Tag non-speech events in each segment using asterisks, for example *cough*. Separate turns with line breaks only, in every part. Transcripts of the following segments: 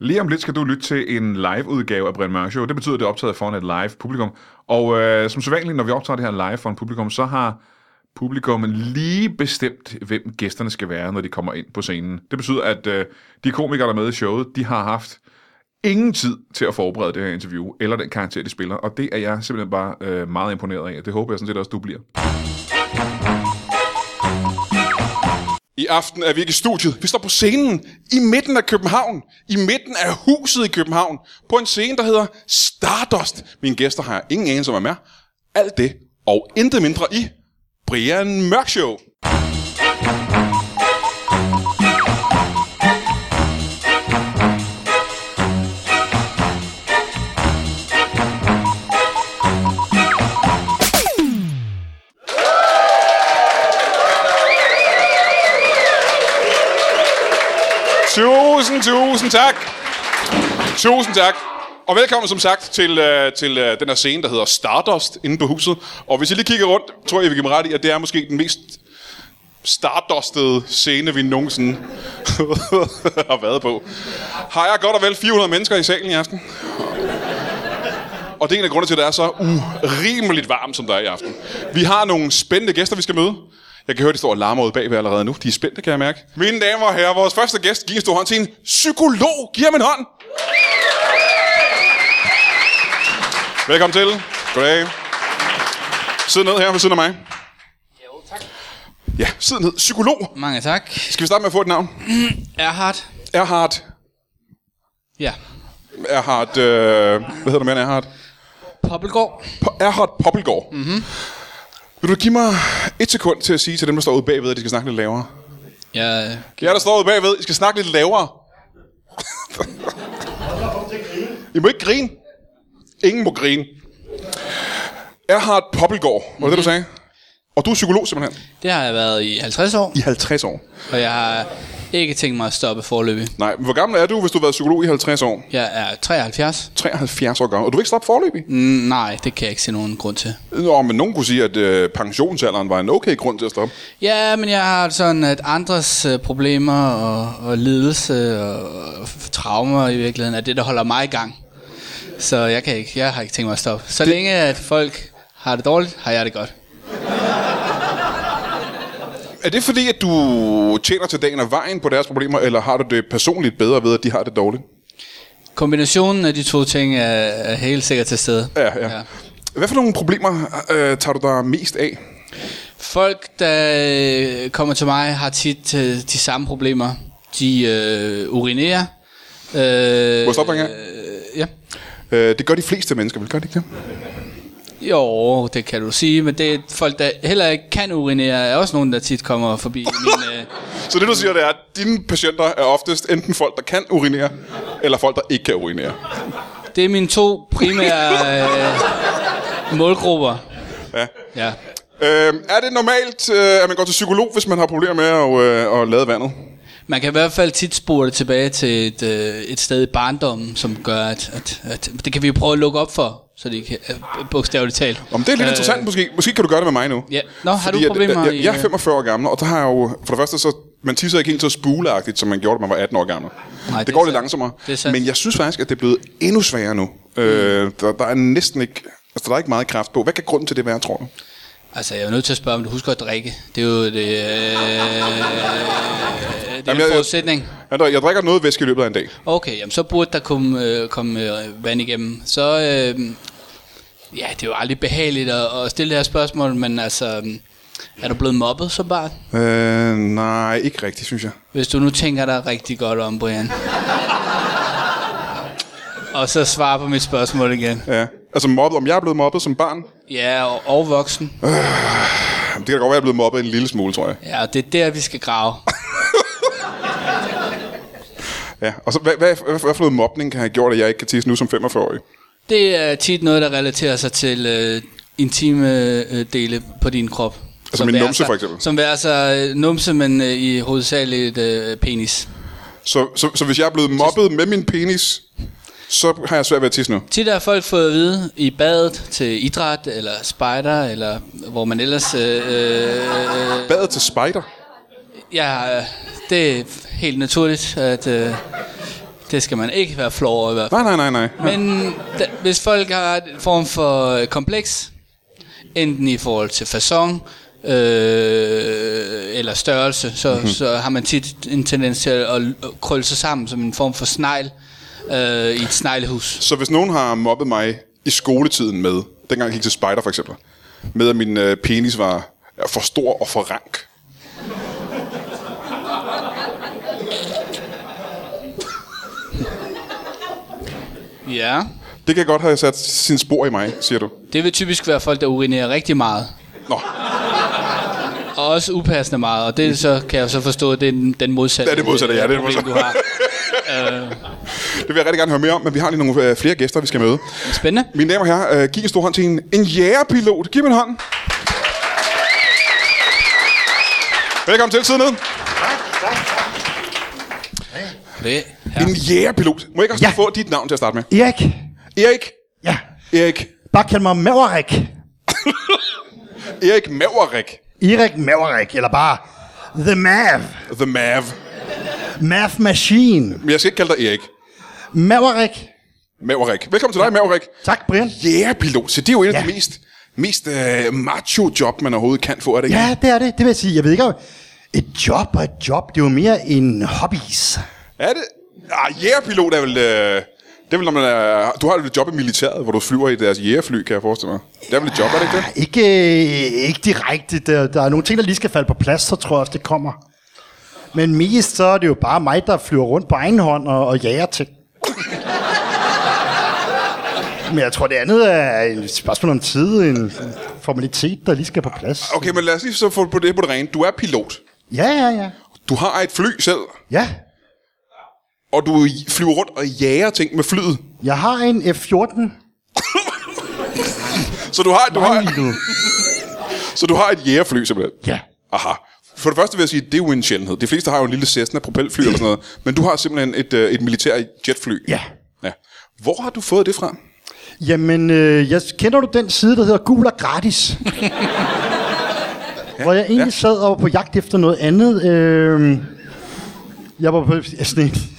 Lige om lidt skal du lytte til en live-udgave af Brian Mørk Show. Det betyder, at det er optaget foran et live-publikum. Og øh, som sædvanligt, når vi optager det her live foran publikum, så har publikum lige bestemt, hvem gæsterne skal være, når de kommer ind på scenen. Det betyder, at øh, de komikere, der er med i showet, de har haft ingen tid til at forberede det her interview, eller den karakter, de spiller. Og det er jeg simpelthen bare øh, meget imponeret af. Det håber jeg sådan set også, du bliver. I aften er vi ikke i studiet. Vi står på scenen i midten af København. I midten af huset i København. På en scene, der hedder Stardust. Mine gæster har jeg ingen anelse om, hvem er. Alt det og intet mindre i Brian Mørk Show. Tusind, tusind tak. Tusind tak. Og velkommen som sagt til, øh, til øh, den her scene, der hedder Stardust inde på huset. Og hvis I lige kigger rundt, tror jeg, vi kan ret i, at det er måske den mest stardustede scene, vi nogensinde *laughs* har været på. Har jeg godt og vel 400 mennesker i salen i aften? Og det er en af grundene til, at det er så urimeligt varmt, som der er i aften. Vi har nogle spændende gæster, vi skal møde. Jeg kan høre, de står og larmer ude bagved allerede nu. De er spændte, kan jeg mærke. Mine damer og herrer, vores første gæst giver en stor hånd til en psykolog. Giv ham en hånd. Velkommen til. Goddag. Sid ned her ved siden af mig. Ja, sid ned. Psykolog.
Mange tak.
Skal vi starte med at få et navn?
Erhard.
Erhard.
Ja.
Erhard, øh, hvad hedder du mere end Erhard?
Poppelgaard.
Po- Erhard Poppelgaard. Mm-hmm. Vil du give mig et sekund til at sige til dem, der står ude bagved, at de skal snakke lidt lavere?
Jeg,
Jer, der står ude bagved, I skal snakke lidt lavere. I må ikke grine. Ingen må grine. Erhard Poppelgaard, var det mm-hmm. det, du sagde? Og du er psykolog simpelthen,
det har jeg været i 50 år,
i 50 år.
og jeg har ikke tænkt mig at stoppe forløbig.
Nej, men hvor gammel er du, hvis du har været psykolog i 50 år?
Jeg er 73.
73 år gammel. Og du vil ikke stoppe forløbig?
Mm, Nej, det kan jeg ikke se nogen grund til.
Nå, men nogen kunne sige, at øh, pensionsalderen var en okay grund til at stoppe.
Ja, men jeg har det sådan, at andres øh, problemer og, og lidelse og, og f- traumer i virkeligheden er det, der holder mig i gang. Så jeg, kan ikke, jeg har ikke tænkt mig at stoppe. Så det... længe at folk har det dårligt, har jeg det godt.
Er det fordi, at du tjener til dagen og vejen på deres problemer, eller har du det personligt bedre ved, at de har det dårligt?
Kombinationen af de to ting er, er helt sikkert til stede.
Ja, ja. ja. Hvad for nogle problemer øh, tager du dig mest af?
Folk, der øh, kommer til mig, har tit øh, de samme problemer. De øh, urinerer. Øh,
Må
Må
jeg stoppe dig en gang?
øh, Ja.
Øh, det gør de fleste mennesker, vel? Gør de ikke det?
Jo, det kan du sige, men det er folk, der heller ikke kan urinere, er også nogen, der tit
*laughs*
kommer forbi min... Øh,
Så det, du siger, det er, at dine patienter er oftest enten folk, der kan urinere, eller folk, der ikke kan urinere.
det er mine to primære øh, målgrupper.
Ja.
Ja.
Øh, er det normalt, øh, at man går til psykolog, hvis man har problemer med at, øh, at lade vandet?
Man kan i hvert fald tit spore det tilbage til et, øh, et sted i barndommen, som gør, at, at, at det kan vi jo prøve at lukke op for, så det kan, øh, bogstaveligt talt.
Om det er lidt øh, interessant, måske. Måske kan du gøre det med mig nu.
Ja. Nå, har
Fordi
du
at- Jeg,
problemer
jeg, jeg
i,
er
øh,
45 år gammel, og der har jeg jo... For det første, så man tisser ikke helt så spuleagtigt, som man gjorde, da man var 18 år gammel. Nej, det,
det
det
er
går lidt
sandt.
langsommere.
Det er sandt.
men jeg synes faktisk, at det er blevet endnu sværere nu. Mm. Øh, der, der er næsten ikke... Altså, der er ikke meget kraft på. Hvad kan grunden til det være, tror du?
Altså, jeg er jo nødt til at spørge, om du husker at drikke. Det er jo det, øh, det er
Jamen,
jamen,
jeg-
en forudsætning.
Ja, der- Jeg drikker noget væske i løbet af en dag.
Okay, jamen, så burde der komme, øh, komme øh, vand igennem. Så, øh, ja, det er jo aldrig behageligt at, at stille det her spørgsmål, men altså, øh, er du blevet mobbet som barn?
Øh, nej, ikke rigtigt, synes jeg.
Hvis du nu tænker dig rigtig godt om, Brian. Og så svar på mit spørgsmål igen.
Ja. Altså mobbet, om jeg er blevet mobbet som barn?
Ja, og, og voksen.
Jamen, det kan da godt være, jeg er blevet mobbet en lille smule, tror jeg.
Ja, og det er der, vi skal grave.
Ja. Og så, hvad, hvad, hvad, hvad for noget mobning kan have gjort, at jeg ikke kan tisse nu som 45-årig?
Det er tit noget, der relaterer sig til øh, intime øh, dele på din krop.
Altså
Som
min
være
numse,
sig-
for eksempel?
Som er altså øh, numse, men øh, i hovedsageligt øh, penis.
Så, så, så hvis jeg er blevet mobbet med min penis, så har jeg svært ved at tisse nu.
Tit har folk fået at vide i badet til idræt, eller spejder, eller hvor man ellers... Øh, øh, øh,
Badet til spider.
ja, øh, det er helt naturligt, at... Øh, Det skal man ikke være flov over i hvert fald.
Nej, nej, nej, nej.
Men da, hvis folk har en form for øh, kompleks, enten i forhold til fason øh, eller størrelse, så,
Mhm.
mm-hmm. så har man tit en tendens til at, at krølle sig sammen som en form for snegl øh, i et sneglehus.
Så hvis nogen har mobbet mig i skoletiden med, dengang jeg gik til spejder for eksempel, med at min øh, penis var øh, for stor og for rank.
Ja.
Det kan godt have sat sin spor i mig, siger du.
Det vil typisk være folk, der urinerer rigtig meget.
Nå,
Og også upassende meget, og det så, kan jeg så forstå, at det er den, den modsatte,
Det er det modsatte, Mhm. ja, det er det
problem,
modsatte.
du
*laughs*
har. øh,
det vil jeg rigtig gerne høre mere om, men vi har lige nogle øh, flere gæster, vi skal møde.
Spændende.
Mine damer og herrer, øh, giv en stor hånd til en, en jægerpilot. Giv dem en hånd. Velkommen til siden ned.
Det
En
her.
jægerpilot. Må jeg ikke også
Ja.
ja. få dit navn til at starte med?
Erik.
Erik.
Ja.
Erik.
Bare kald mig Maverick.
Erik Maverik.
Erik Maverick, eller bare The Mav.
The Mav.
Math Machine.
Men jeg skal ikke kalde dig Erik.
Maverick.
Maverik. Velkommen til dig, Maverik.
Tak, Brian.
Jægerpilot. Så det er jo et af
Ja.
de mest, mest øh, macho job, man overhovedet kan få, er det ikke?
Ja, det er det. Det vil jeg sige. Jeg ved ikke om... Et job og et job, det er jo mere en hobbies.
Er det? Ah, jægerpilot er vel... Øh, det er vel, når man er, du har jo et job i militæret, hvor du flyver i deres jægerfly, kan jeg forestille mig. Det er vel et job, er det ikke det?
Ikke, øh, ikke direkte. Der, der er nogle ting, der lige skal falde på plads, så tror jeg også, det kommer. Men mest så er det jo bare mig, der flyver rundt på egen hånd og, og jager ting. Men jeg tror, det andet er et spørgsmål om tid, en formalitet, der lige skal på plads.
Okay, men lad os lige så få på det på det rene. Du er pilot.
Ja, ja, ja.
Du har et fly selv,
Ja,
og du flyver rundt og jager ting med flyet.
jeg har en F-14.
Så du har, du har,
Ej, du.
så du har et jægerfly simpelthen.
Ja.
Aha. For det første vil jeg sige, at det er jo en sjældenhed. De fleste har jo en lille Cessna propelfly eller sådan noget, men du har simpelthen et, øh, et militær jetfly.
Ja.
ja. Hvor har du fået det fra?
Jamen, øh, jeg, kender du den side, der hedder Gul og Gratis? Hvor jeg egentlig ja. sad og var på jagt efter noget andet. Øh, jeg var på sådan en,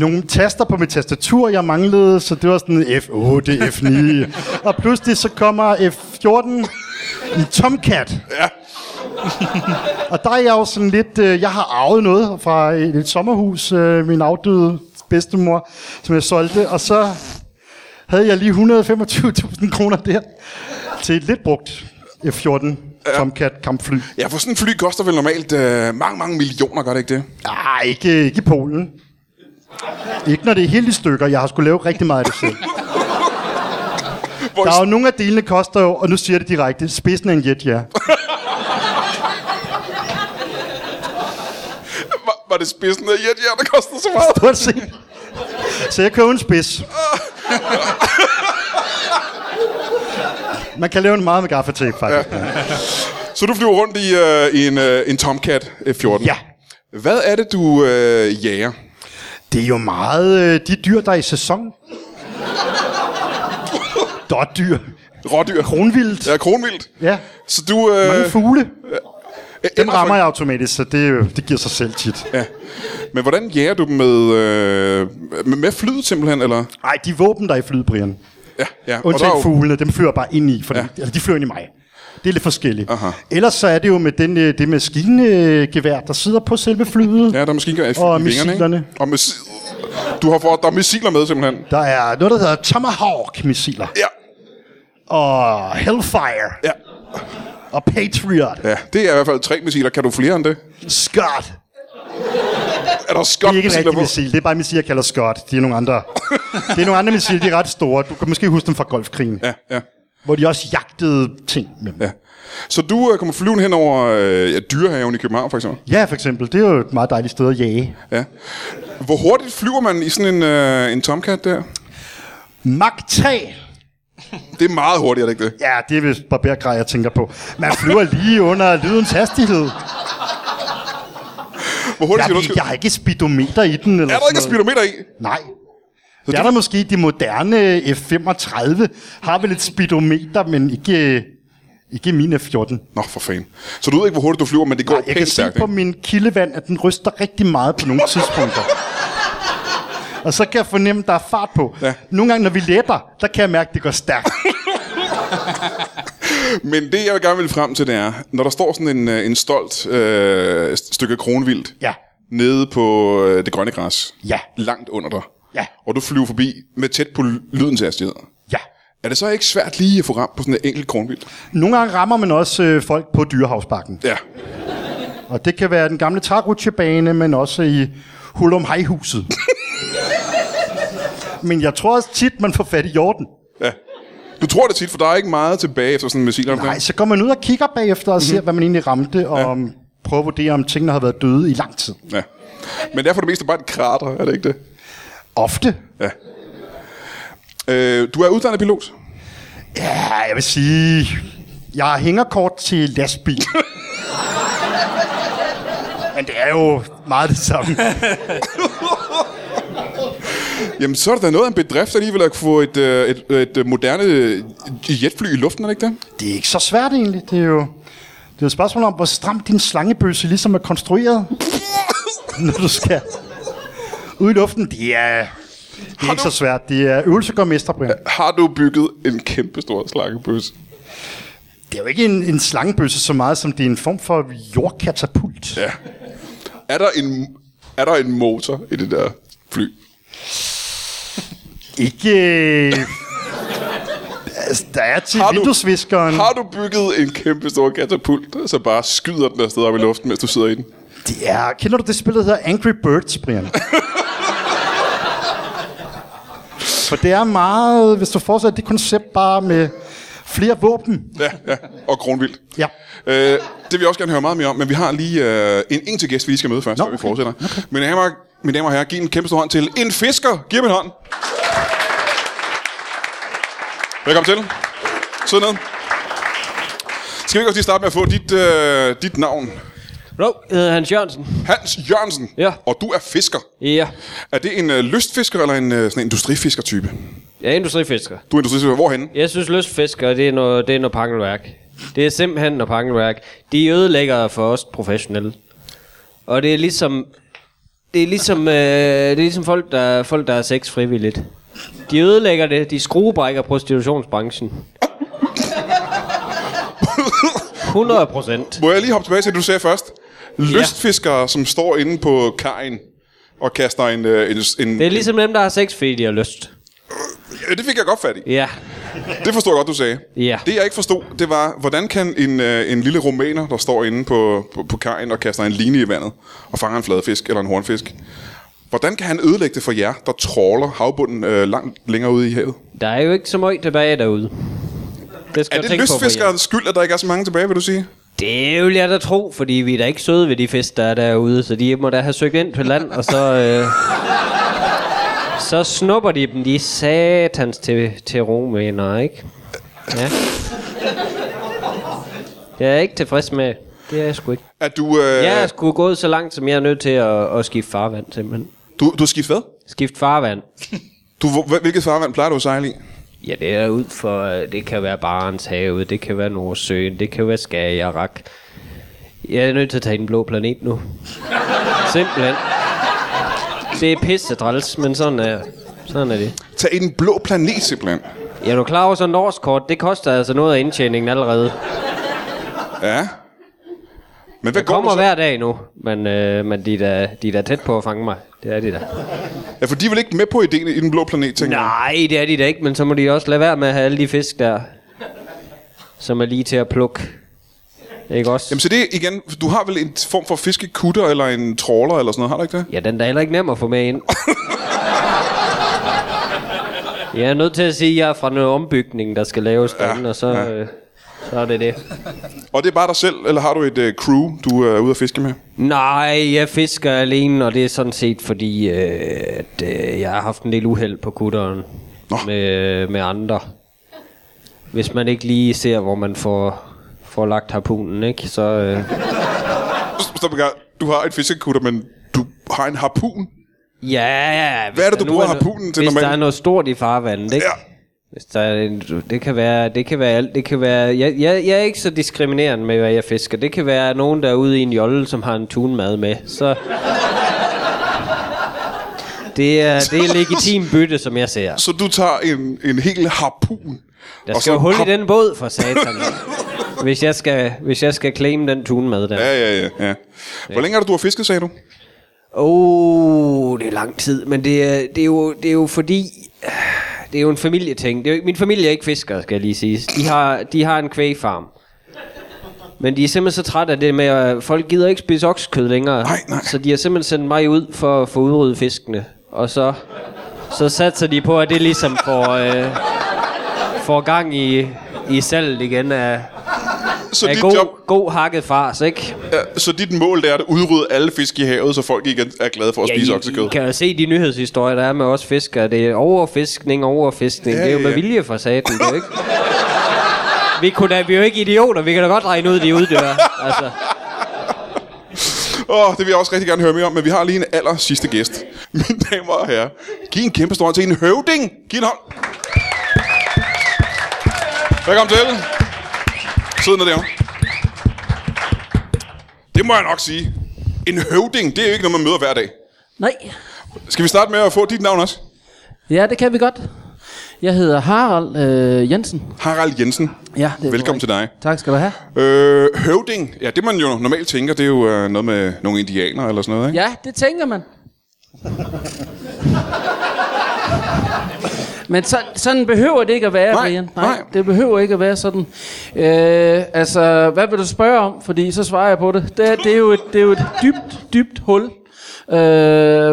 nogle taster på mit tastatur, jeg manglede, så det var sådan F8, F9. og pludselig så kommer F14 i Tomcat.
Ja.
Og der er jeg jo sådan lidt, øh, jeg har arvet noget fra et, et sommerhus, øh, min afdøde bedstemor, som jeg solgte, og så havde jeg lige 125.000 kroner der til et lidt brugt F-14 Tomcat kampfly.
Ja, for sådan en fly koster vel normalt øh, mange, mange millioner, gør det ikke det?
Nej, ikke, ikke i Polen. Ikke når det er helt i stykker. Jeg har skulle lave rigtig meget af det selv.
Hvor
Der er jo nogle af delene koster jo, og nu siger jeg det direkte, spidsen af en jet, ja.
*laughs* Var, var det spidsen af jet, ja, der kostede så meget?
Prøv at se. Så jeg køber en spids. Man kan lave en meget med gaffatape, faktisk.
Så du flyver rundt i, øh, i en, øh, en Tomcat F-14?
Ja.
Hvad er det, du øh, jager?
Det er jo meget øh, de dyr, der er i sæson. Dårdyr.
Rådyr?
Kronvildt.
Ja, kronvildt.
Ja.
Så du... Øh,
Mange fugle. Dem
ellers-
rammer jeg automatisk, så det, er jo- det giver sig selv tit.
Ja. Men hvordan jager du dem med, øh, med, med flyet simpelthen, eller?
Nej, de våben, der er i flyet, Brian.
Ja, ja. Og der er
Undtagen
jo-
fuglene, dem flyver bare ind i, for
Ja.
ja. dem, altså, de flyver ind i mig. Det er lidt forskelligt.
Aha.
Ellers så er det jo med den, øh, det maskingevær, der sidder på selve flyet.
Ja, der er måske ikke
Og
i vingerne,
missilerne.
Ikke? Og missil... Du har fået, der er missiler med simpelthen.
Der er noget, der hedder Tomahawk-missiler.
Ja,
Og Hellfire.
ja.
Og Patriot.
Ja, det er i hvert fald tre missiler. Kan du flere end det?
Scott.
Er der
Det
skot
er ikke en
missiler
rigtig
på?
missil. Det er bare en missil, jeg kalder Scott. De er nogle
*laughs*
andre. det er nogle andre missiler, de er ret store. Du kan måske huske dem fra golfkrigen.
Ja, ja,
Hvor de også jagtede ting med dem.
ja. Så du øh, kommer flyvende hen over øh, ja, dyrehaven i København, for eksempel?
Ja, for eksempel. Det er jo et meget dejligt sted at jage.
Ja. Hvor hurtigt flyver man i sådan en, øh, en Tomcat der?
Mach 3.
Det er meget hurtigt, er det ikke det?
Ja, det er vist barbergrej, jeg tænker på. Man flyver lige under lydens hastighed.
Hvor hurtigt
Jeg,
siger du?
ved,
undskyld?
jeg har ikke speedometer i den. Eller
Er der ikke et
sådan noget.
speedometer i?
Nej. Det er der måske de moderne eh, F-35. Har vel et speedometer, men ikke, eh, ikke min F-14.
Nå, for fanden. Så du ved ikke, hvor hurtigt du flyver, men det går
Jeg kan
pænt
se
stærkt.
på
ikke?
min kildevand, at den ryster rigtig meget på nogle tidspunkter. Og så kan jeg fornemme, at der er fart på.
Ja.
Ja. Nogle gange, når vi læber, der kan jeg mærke, at det går
*laughs*
stærkt.
Men det, jeg gerne vil frem til, det er, når der står sådan en, øh, en stolt øh, stykke kronvildt
Ja.
nede på øh, det grønne græs,
Ja.
langt under dig,
Ja.
og du flyver forbi med tæt på l- lydens hastighed,
Ja.
er det så ikke svært lige at få ramt på sådan en enkelt kronvildt?
Nogle gange rammer man også øh, folk på dyrehavsbakken.
Ja.
Og det kan være den gamle trærutsjebane, men også i Hulum Hejhuset. men jeg tror også tit, man får fat i jorden.
ja. Du tror det tit, for der er ikke meget tilbage efter sådan en missil.
Nej, så går man ud og kigger bagefter og ser, mm-hmm. hvad man egentlig ramte, og ja. prøver at vurdere, om tingene har været døde i lang tid.
Ja. Men det er for det meste bare et krater, er det ikke det?
Ofte.
Ja. Øh, du er uddannet pilot.
Ja, jeg vil sige... Jeg hænger kort til lastbil. men det er jo meget det samme.
Jamen, så er det da noget af en bedrift alligevel at få et, øh, et, et øh, moderne øh, jetfly i luften, er det ikke det?
Det er ikke så svært egentlig. Det er jo det er et spørgsmål om, hvor stram din slangebøsse ligesom er konstrueret, *coughs* når du skal ud i luften. Det er, det er ikke så svært. Det er øvelse gør mester, Brian.
Har du bygget en kæmpe stor slakkebøs?
Det er jo ikke en, en slangebøsse så meget, som det er en form for jordkatapult.
Ja. Er der, en, er der en motor i det der fly?
Ikke... Øh, altså, der er til
Har du-
vinduesviskeren.
Har du bygget en kæmpe stor katapult, så bare skyder den afsted op i luften, mens du sidder i den?
Det er... Kender du det spil, der hedder Angry Birds, Brian? For det er meget... Hvis du fortsætter det koncept bare med flere våben.
Ja, ja. Og kronvildt.
Ja.
Øh, det vil jeg også gerne høre meget mere om, men vi har lige øh, en, en til gæst, vi lige skal møde først, Nå, før vi fortsætter. Okay. Mine, damer, mine damer og herrer, giv en kæmpe stor hånd til en fisker. Giv ham en hånd. Velkommen til. Sid ned. Skal vi ikke også lige starte med at få dit, øh, dit navn?
Bro, jeg hedder Hans Jørgensen.
Hans Jørgensen.
Ja.
Og du er fisker.
Ja,
Er det en øh, lystfisker eller en øh, sådan en industrifisker-type?
jeg er industrifisker.
Du er industrifisker. Hvorhenne?
Jeg synes, lystfisker, det er noget, det er noget pangelværk. Det er simpelthen noget pangelværk. De ødelægger for os professionelle. Og det er ligesom... Det er ligesom, øh, det er ligesom folk, der, folk, der er sex frivilligt. De ødelægger det. De skruebrækker prostitutionsbranchen. 100 procent.
Må jeg lige hoppe tilbage til det, du sagde først? Lystfiskere, ja. som står inde på kajen og kaster en... Øh, en, en
Det er ligesom dem, der har sex, fordi de har lyst.
Ja, det fik jeg godt fat i.
Ja.
Det forstår jeg godt, du sagde.
Ja.
Det, jeg ikke forstod, det var, hvordan kan en, øh, en lille rumæner, der står inde på, på, på kajen og kaster en line i vandet og fanger en fladfisk eller en hornfisk, hvordan kan han ødelægge det for jer, der trawler havbunden øh, langt længere ude i havet?
Der er jo ikke så meget tilbage derude. Det skal
Er
du
det
tænke på, Brian.
lystfiskerens skyld, at der ikke er så mange tilbage, vil du sige?
Det vil jeg da tro, fordi vi er da ikke søde ved de fisk, der er derude, så de må da have søgt ind på land, og så... Øh, så snupper de dem, de er satans til, til romaner, ikke? Ja. Jeg er ikke tilfreds med det. er jeg sgu ikke.
At du, øh,
Jeg er sgu gået så langt, som jeg er nødt til at, at skifte farvand, simpelthen.
du, du har skiftet hvad?
Skifte farvand.
Du, hvor- hvilket farvand plejer du at sejle i?
Ja, det er ud for... øh, Det kan være Barents have, det kan være Nordsøen, det kan være Skagerrak. Jeg er nødt til at tage en blå planet nu. Simpelthen. Det er pisse træls, men sådan er, sådan er det.
Tag i den blå planet, simpelthen.
Ja, er du klar over sådan et årskort? Det koster altså noget af indtjeningen allerede.
Ja. Men hvad
Jeg
går du
kommer
så?
hver dag nu, men, øh, men de, er da, de er da tæt på at fange mig. Det er de da.
Ja, for de er vel ikke med på ideen i den blå planet, tænker jeg.
Nej, det er de da ikke, men så må de også lade være med at have alle de fisk der, som er lige til at plukke. Ikke også?
Jamen så det er igen, du har vel en form for fiskekutter eller en trawler eller sådan noget, har du ikke det?
Ja, den er da heller ikke nem at få med ind. jeg er nødt til at sige, at jeg er fra noget ombygning, der skal laves derinde, og så,
ja.
øh, så er det det.
Og det er bare dig selv, eller har du et uh, crew, du er ude at fiske med?
Nej, jeg fisker alene, og det er sådan set fordi, øh, at øh, jeg har haft en del uheld på kutteren
Nå.
med, med andre. Hvis man ikke lige ser, hvor man får, får lagt harpunen, ikke? Så, øh,
Stop en gang. Du har et fiskekutter, men du har en harpun.
ja, ja. hvis
Hvad er det,
der
du
nu
bruger
no-
harpunen til
Hvis
normalt?
der er noget stort i farvandet, ikke?
Ja.
Hvis der er en, det kan være, det kan være alt. Det kan være, jeg, jeg, jeg er ikke så diskriminerende med, hvad jeg fisker. Det kan være nogen, der er ude i en jolle, som har en tunmad med. Så Det er, det er legitim bytte, som jeg ser.
Så du tager en, en hel harpun.
Der
og
skal
så
jo hul i
hop-
den båd for satan. hvis, jeg skal, hvis jeg skal claim den tune med der.
Ja, ja, ja, ja. Hvor længe er det, du har fisket, sagde du?
Åh, oh, det er lang tid, men det er, det er, jo, det er jo fordi... Det er jo en familieting. Det er jo, ikke- min familie er ikke fiskere, skal jeg lige sige. De har, de har en kvægfarm. Men de er simpelthen så trætte af det med, at folk gider ikke spise oksekød længere.
Nej, nej.
Så de har simpelthen sendt mig ud for at få udryddet fiskene. Og så, så satser de på, at det ligesom får, øh, får gang i, i salget igen af,
Så
af
dit,
god,
job,
god hakket fars, ikke?
ja, så dit mål det er at udrydde alle fisk i havet, så folk ikke er glade for at
Ja,
spise
I,
oksekød.
I kan jo se de nyhedshistorier, der er med os fiskere. Det er overfiskning, overfiskning.
Ja,
Ja, det er jo
ja,
med
ja.
vilje for saten, det er jo ikke... Vi, kunne da, vi er jo ikke idioter, vi kan da godt regne ud, de uddør. Altså,
Åh, oh, det vil jeg også rigtig gerne høre mere om, men vi har lige en aller sidste gæst. *laughs* Mine damer og herrer, giv en kæmpe stor hånd til en høvding. Giv en hånd. Velkommen til. Sid ned derovre. Det må jeg nok sige. En høvding, det er jo ikke noget, man møder hver dag.
Nej.
Skal vi starte med at få dit navn også?
Ja, det kan vi godt. Jeg hedder Harald øh, Jensen.
Harald Jensen.
Ja, det er
Velkommen
korrekt.
til dig.
Tak skal du have.
Øh, høvding. Ja, det man jo normalt tænker, det er jo øh, noget med nogle indianere eller sådan noget, ikke?
Ja, det tænker man. Men så, sådan behøver det ikke at være,
Nej,
Brian.
nej.
Det behøver ikke at være sådan. Øh, altså, hvad vil du spørge om? Fordi så svarer jeg på det. Det, er- det, er, jo et, det er jo et dybt, dybt hul, øh,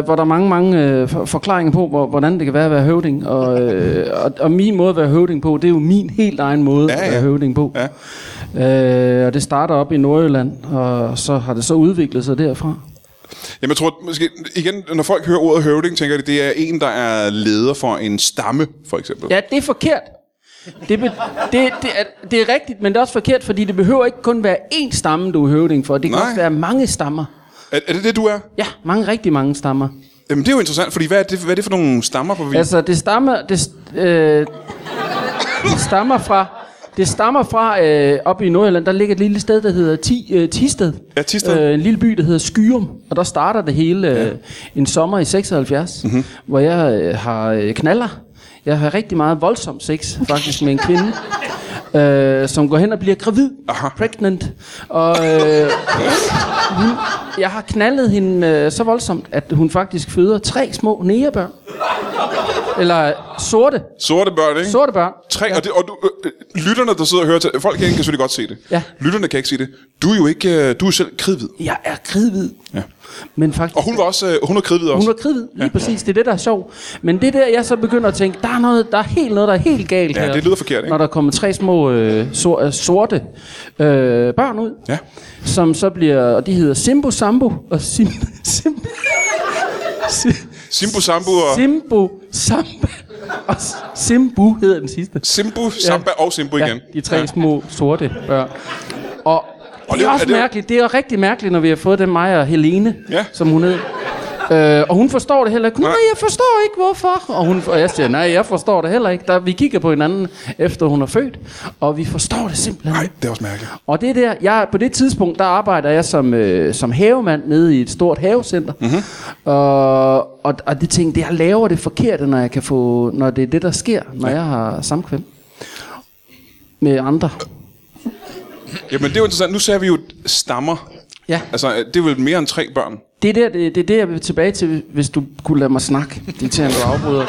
hvor der er mange, mange øh, for- forklaringer på, hvor, hvordan det kan være at være høvding. Og, øh, og, og min måde at være høvding på, det er jo min helt egen måde
Ja,
ja, ja.
ja.
at være høvding på.
Ja.
Øh, og det starter op i Nordjylland, og så har det så udviklet sig derfra.
Jamen, jeg tror, at måske, igen, når folk hører ordet høvding, tænker de, det er en, der er leder for en stamme, for eksempel.
Ja, det er forkert. Det, be, det, det, er, det er rigtigt, men det er også forkert, fordi det behøver ikke kun være én stamme, du er høvding for. Det kan
Nej.
Nej. også være mange stammer.
Er, er det det, du er?
Ja, mange, rigtig mange stammer.
Jamen, det er jo interessant, fordi hvad er det, hvad er det for nogle stammer på vi?
Altså, det stammer, det, st- øh, det stammer fra... Det stammer fra øh, oppe i Nordjylland, der ligger et lille sted, der hedder Ti, øh, Tisted.
Ja, Thisted.
Øh, en lille by, der hedder Skyrum. Og der starter det hele øh, en sommer i 76,
Mhm.
mm-hmm. hvor jeg øh, har øh, knaller. Jeg har rigtig meget voldsom sex, faktisk, med en kvinde. Øh, som går hen og bliver gravid. Aha. Pregnant. Og øh, hun, jeg har knaldet hende øh, så voldsomt, at hun faktisk føder tre små nærebørn. Eller sorte.
Sorte børn, ikke?
Sorte børn.
Tre, og, det, og du, øh, øh, lytterne, der sidder og hører til... Folk herinde kan selvfølgelig godt se det.
Ja.
Lytterne kan ikke se det. Du er jo ikke... Øh, du er selv kridhvid.
Jeg er kridhvid.
Ja.
Men faktisk...
Og hun var også... Øh, hun er kridhvid også.
Hun var kridhvid, lige ja. præcis. Det er det, der er sjovt. Men det er der, jeg så begynder at tænke, der er, noget, der er helt noget, der er helt galt
Ja,
her.
det lyder forkert, ikke?
Når der kommer tre små øh, sor, øh, sorte øh, børn ud,
Ja.
som så bliver... Og de hedder Simbo Sambo og Sim... Sim, Sim
Simbu Sambu og...
Simbo Samba. Og S- Simbu hedder den sidste.
Simbu, Samba og Simbu igen.
Ja, de tre ja. små sorte børn. Og
Og
det
det-
er også
er det-
mærkeligt. Det er jo rigtig mærkeligt, når vi har fået den mig og Helene,
Ja.
som hun hed. Øh, og hun forstår det heller ikke. Nej,
Nej.
jeg forstår ikke, hvorfor. Og, hun, og jeg siger, nej, jeg forstår det heller ikke. Der, vi kigger på hinanden, efter hun er født, og vi forstår det simpelthen
Nej,
ikke.
det er også mærkeligt.
Og det er der, jeg, på det tidspunkt, der arbejder jeg som, øh, som havemand nede i et stort havecenter. Mm-hmm. Og, og, og det tænkte jeg, jeg laver det forkerte, når, jeg kan få, når det er det, der sker, når ja. jeg har samkvem med andre.
Jamen, det er jo interessant. Nu ser vi jo stammer.
Ja,
Altså, øh, det er vel mere end tre børn.
det er, der, det, det er det, jeg vil tilbage til, hvis du kunne lade mig snakke. Det er til, du afbryder.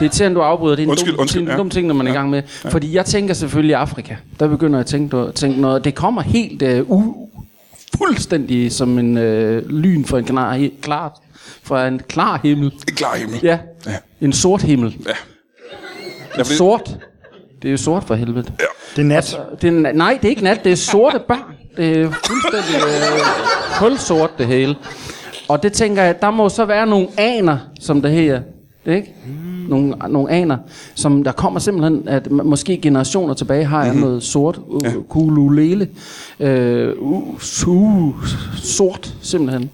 Det er til, du afbryder. Det er en
Undskyld,
dum,
undskyld,
det er
ja.
en dum ting, når man er i gang med. Fordi jeg tænker selvfølgelig Afrika. Der begynder jeg at tænke, tænke noget. Det kommer helt øh, u, fuldstændig som en øh, lyn fra en klar, he- klar, fra en klar himmel.
Det er klar himmel.
Ja,
Ja.
en sort himmel.
Ja, fordi-
Sort. Det er jo sort for helvede.
Det er nat.
Det er, nej, det er ikke nat, det er sorte børn. Det er fuldstændig øh, kulsort det hele. Og det tænker jeg, der må så være nogle aner, som det her, ikke? Nogle, nogle aner, som der kommer simpelthen, at m- måske generationer tilbage har jeg noget sort, uh, kululele, øh, uh, su, sort simpelthen.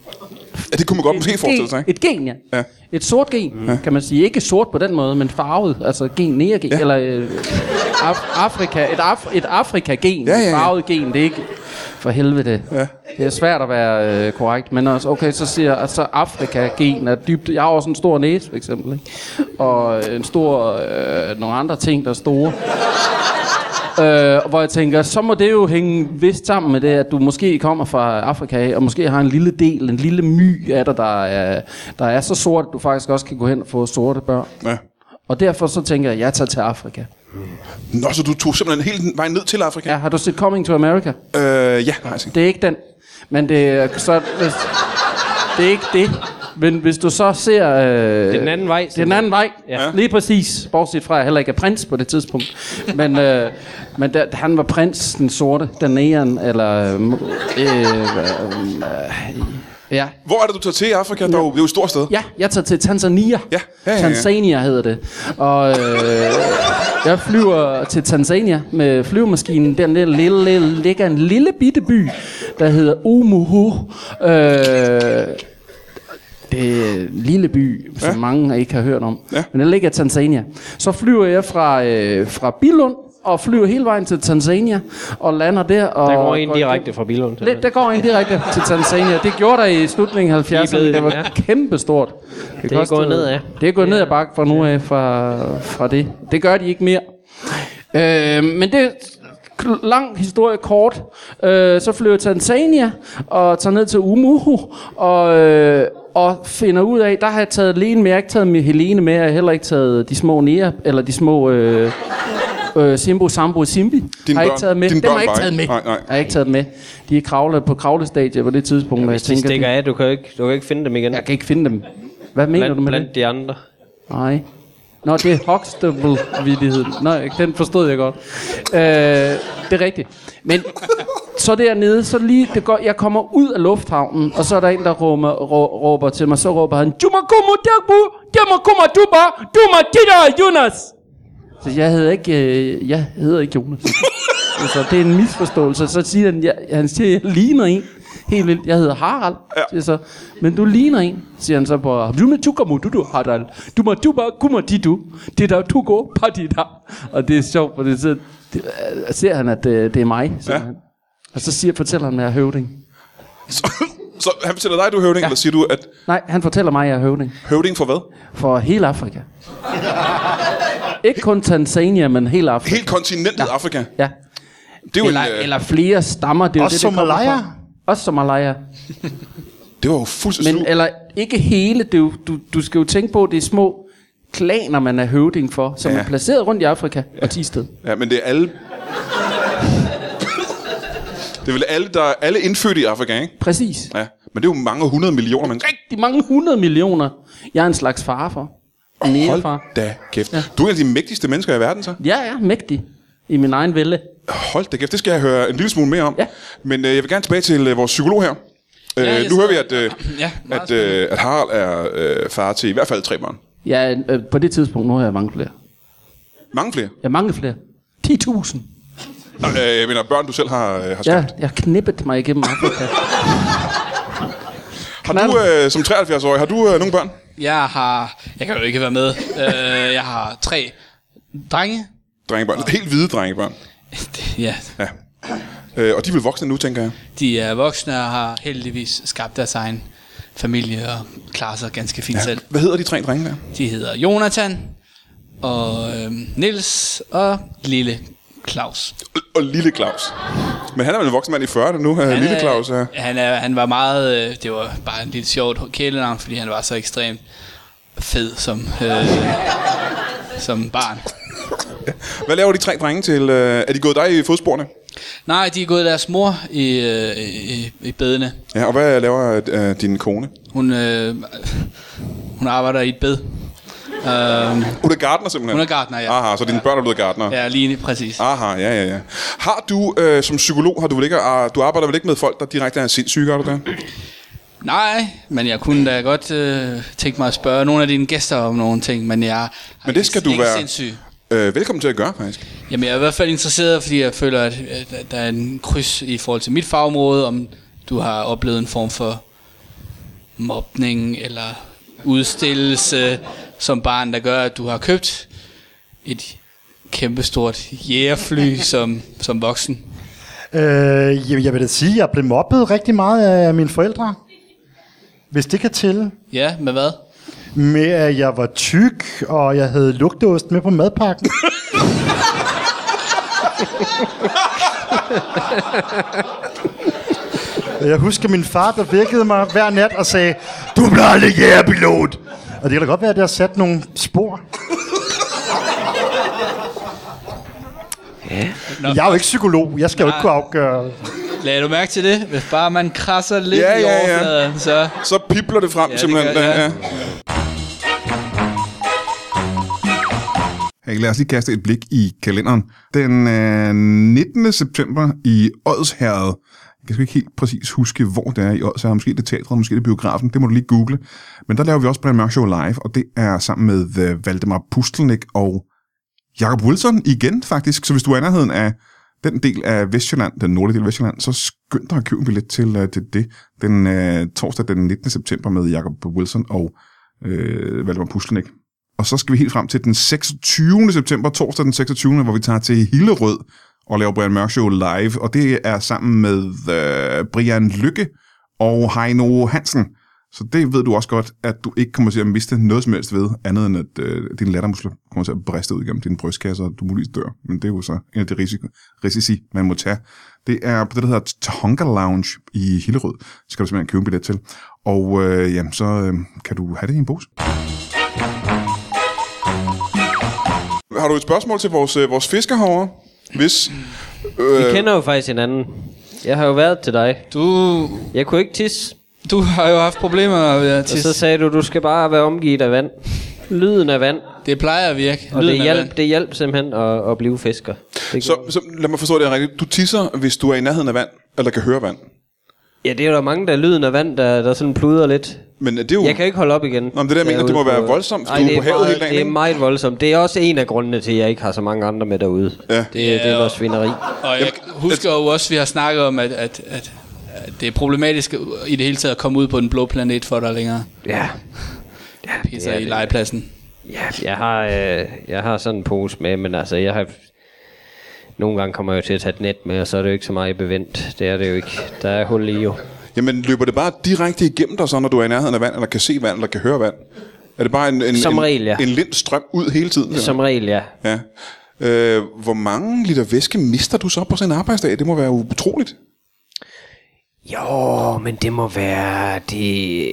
Ja, det kunne man godt måske forestille sig,
gen,
ikke?
et gen, ja.
Ja.
ja. Et sort gen, mm. kan man sige. Ikke sort på den måde, men farvet. Altså gen, negergen. Ja. Eller øh, af, Afrika. Et, af, et Afrika-gen.
Ja,
Ja,
ja,
ja,
ja.
Et farvet gen. Det er ikke... For helvede. Ja. Det er svært at være øh, korrekt. Men også, okay, så siger jeg, altså Afrika-gen er dybt... Jeg har også en stor næse, for eksempel. Ikke? Og en stor... Øh, nogle andre ting, der er store. Øh, hvor jeg tænker, så må det jo hænge vist sammen med det, at du måske kommer fra Afrika, af, og måske har en lille del, en lille my af dig, der er, der er så sort, at du faktisk også kan gå hen og få sorte børn.
Ja.
Og derfor så tænker jeg, jeg tager til Afrika.
Nå, så du tog simpelthen hele den vejen ned til Afrika?
Ja, har du set Coming to America?
Øh, ja, nej, jeg
Det er ikke den. Men det er, så, hvis, det er ikke det. Men hvis du så ser... Øh, det
er den anden vej,
Det er den anden vej. Ja. Lige præcis. Bortset fra, at jeg heller ikke er prins på det tidspunkt. Men, øh, men der, han var prins, den sorte, den næren, eller... øhm, Øh, øh, øh, ja.
Hvor er det, du tager til i Afrika? Der er jo, det er jo et stort sted.
ja, jeg tager til Tanzania.
Ja, ja, ja, ja.
Tanzania hedder det. Og øh, jeg flyver til Tanzania med flyvemaskinen. Den der lille, lille, ligger en lille bitte by, der hedder Umuhu. Øh, det er en lille by, som ja. mange ikke har hørt om.
Ja.
Ja. Men den ligger i Tanzania. Så flyver jeg fra, øh, fra Bilund og flyver hele vejen til Tanzania og lander der. Og
Der går en direkte fra Bilund. til-
Lidt, der går en direkte til Tanzania. Det gjorde der i slutningen af 70'erne.
blevet-
Det var
ja.
kæmpestort. Det,
er gået nedad.
Det er gået ned ad bakke fra nu af fra, fra det. Det gør de ikke mere. Øh, men det lang historie kort. Øh, så flyver jeg til Tanzania og tager ned til Umuhu og, øh, og finder ud af, der har jeg taget Lene med, jeg har ikke taget med Helene med, jeg har heller ikke taget de små nære, eller de små øh, øh, Simbo, Sambo, Simbi.
Dine
har jeg
børn-
ikke taget med.
dine
Dem har
børn
jeg ikke
var
taget
ikke-
med.
nej, nej.
Jeg har ikke taget dem med. De er kravlet på kravlestadiet på det tidspunkt, ja, hvor jeg
Hvis de
tænker,
stikker af, du kan jo ikke, du kan ikke finde dem igen.
jeg kan ikke finde dem. Hvad mener du
blandt,
med
blandt de andre.
det? Nej. Nå, det er Huxtable-vidigheden. Nej, den forstod jeg godt. Øh, det er rigtigt. Men så dernede, så lige, det går, jeg kommer ud af lufthavnen, og så er der en, der råber, rå, råber til mig, så råber han, Jumakumu Dagbu, Jumakumu Duba, Duma Dida Jonas. Så jeg hedder ikke, øh, jeg hedder ikke *laughs* Jonas. altså, det er en misforståelse. Så siger han, jeg, han siger, jeg ligner en. Helt vildt. Jeg hedder Harald, ja. siger jeg så. Men du ligner en, siger han så på. Du med tukamu, du du Harald. Du må du bare kummer de du. Det der du går, parti der. Og det er sjovt, for det, så det, øh, ser han, at det, det er mig. Ja. Han. Og så siger, fortæller han, at jeg er høvding.
Så, så han fortæller dig, at du er høvding, ja. eller siger du, at
Nej, han fortæller mig, at jeg er høvding.
høvding for hvad?
For hele *laughs* Afrika. Ikke kun Tanzania, men hele Afrika.
Helt kontinentet ja. Afrika.
Ja.
Det, er jo
Eller,
en, øh,
eller flere stammer. Det er jo
Også
det, det kommer
Somalia?
fra. Også Somalia.
det var jo fuldstændig...
Men,
Men,
eller ikke hele, det er jo, du, du skal jo tænke på, at det er små klaner, man er høvding for, som
Ja.
ja. er placeret rundt i Afrika ja. og Tisted.
ja, men det er alle... *laughs* det er vel alle, der er alle indfødte i Afrika, ikke?
Præcis.
Ja. Men det er jo mange hundrede millioner mennesker.
De mange hundrede millioner, jeg er en slags far for. En ærefar.
Da kæft. Ja. Du er en af de mægtigste mennesker i verden, så.
Ja, ja, mægtig. I min egen vælde.
Hold da kæft, det skal jeg høre en lille smule mere om.
Ja.
Men øh, jeg vil gerne tilbage til øh, vores psykolog her. Øh,
jeg
nu hører vi,
sidder-
at, øh,
*clears throat* Ja, meget
at, øh, at Harald er øh, far til i hvert fald tre børn.
Ja, øh, på det tidspunkt, nu har jeg mange flere.
Mange flere.
Jeg mangler flere. 10.000.
Nå, øh, jeg mener, børn du selv har, øh, har skabt.
Ja, jeg har knippet mig igennem Afrika.
Har du øh, som 73-årig, har du øh, nogle børn?
Jeg har... Jeg kan jo ikke være med. Øh, jeg har tre drenge.
Drengebørn. Helt hvide drengebørn.
*laughs* Ja,
Ja. Øh, og de er vel voksne nu, tænker jeg.
de er voksne og har heldigvis skabt deres egen familie og klarer sig ganske fint ja. selv.
Hvad hedder de tre drenge der?
De hedder Jonathan og øh, Nils og lille Claus.
Og- Og Lille Claus. Men han er vel en voksen mand i 40'erne nu, øh, Lille Claus. Ja.
han, er, han var meget... Øh, det var bare en lidt sjovt kælenavn, fordi han var så ekstremt fed som, øh, som barn.
Hvad laver de tre drenge til? Øh, er de gået dig i fodsporene?
Nej, de er gået deres mor i, øh, i, i bedene.
Ja, og hvad laver øh, din kone?
Hun, øh, hun arbejder i et bed. Øhm,
Hun er gardner simpelthen?
Hun er gartner, ja.
Aha, så dine børn er blevet gardner?
ja, lige præcis.
Aha, ja, ja, ja. Har du, øh, som psykolog, har du, vel ikke, ah, du arbejder vel ikke med folk, der direkte er sindssyge, gør du det?
Nej, men jeg kunne da godt øh, tænke mig at spørge nogle af dine gæster om nogle ting, men jeg
Men det skal
ikke,
du være-
sindssyg.
Øh, velkommen til at gøre, faktisk.
Jamen, jeg er i hvert fald interesseret, fordi jeg føler, at, øh, at at der er en kryds i forhold til mit fagområde, om du har oplevet en form for mobning eller udstillelse som barn, der gør, at du har købt et kæmpestort
*laughs*
jægerfly som, som voksen.
Øh, jamen, jeg vil da sige, at jeg blev mobbet rigtig meget af mine forældre. Hvis det kan tælle.
Ja, med hvad?
Med at jeg var tyk, og jeg havde lugteost med på madpakken. jeg husker min far, der vækkede mig hver nat og sagde, du bliver aldrig jægerpilot. Og det kan da godt være, at det har sat nogle spor. Men Jeg er jo ikke psykolog. Jeg skal jo ikke kunne afgøre.
Lagde du mærke til det? Hvis bare man krasser lidt
Ja,
i
ja, ja.
overfladen, så...
Så pipler det frem ja,
det
simpelthen.
gør det,
ja,
ja.
ja.
Hey, lad os lige kaste et blik i kalenderen. Den øh, 19. september i Odsherred. Jeg kan sgu ikke helt præcis huske, hvor det er i Odsherred. Måske det er teatret, måske det er biografen. Det må du lige google. Men der laver vi også Brian Mørk Show live, og det er sammen med øh, Valdemar Pustelnik og Jakob Wilson igen faktisk. Så hvis du er i nærheden af den del af Vestjylland, den nordlige del af Vestjylland, så skynd dig at købe en billet til, øh, til det den øh, torsdag den 19. september med Jakob Wilson og øh, Valdemar Pustelnik. Og så skal vi helt frem til den 26. september, torsdag den 26. hvor vi tager til Hillerød og laver Brian Mørk Show live. Og det er sammen med øh, Brian Lykke og Heino Hansen. Så det ved du også godt, at du ikke kommer til at miste noget som helst ved, andet end at øh, din lattermuskler kommer til at briste ud gennem din brystkasse, og du muligvis dør. Men det er jo så en af de risiko, risici, man må tage. Det er på det, der hedder Tonka Lounge i Hillerød. Det skal du simpelthen købe en billet til. Og øh, jamen, så øh, kan du have det i en pose.
Har du et spørgsmål til vores, øh, vores fisker herovre? Hvis...
Vi
Øh,
kender jo faktisk hinanden. Jeg har jo været til dig.
Du,
Jeg kunne ikke tisse.
du har jo haft problemer med at
Og så
tisse.
sagde du, du skal bare være omgivet af vand. Lyden af vand.
Det plejer at virke.
Og
Lyden
det
af
hjalp,
vand.
det hjalp simpelthen at, at blive fisker. Det
så, så lad mig forstå det her rigtigt. Du tisser, hvis du er i nærheden af vand, eller kan høre vand.
Ja, det er der mange, der lyden af vand, der, der sådan pluder lidt.
Men er det er jo...
Jeg kan ikke holde op igen.
men det der, jeg mener,
Derude
det må
på-
være voldsomt, for
Ej,
du er
det
på havet
meget-
hele dagen,
Det er
ikke?
meget voldsomt. Det er også en af grundene til, at jeg ikke har så mange andre med derude. Ja. Det, det er noget svineri.
Og jeg husker jo også, at vi har snakket om, at, at, at, at det er problematisk i det hele taget at komme ud på den blå planet for dig længere.
Ja.
Pisser
det er
i
det.
legepladsen.
ja jeg, har, øh, jeg har sådan en pose med, men altså, jeg har... Nogle gange kommer jeg jo til at tage et net med, og så er det jo ikke så meget bevendt. Det er det jo ikke. Der er hul i jo.
Jamen, løber det bare direkte igennem dig så, når du er i nærheden af vand, eller kan se vand, eller kan høre vand? Er det bare en, en,
Som regel, ja.
en, en lind strøm ud hele tiden?
Som regel, ja.
Ja. Øh, hvor mange liter væske mister du så på sådan en arbejdsdag? Det må være utroligt.
Jo, men det må være det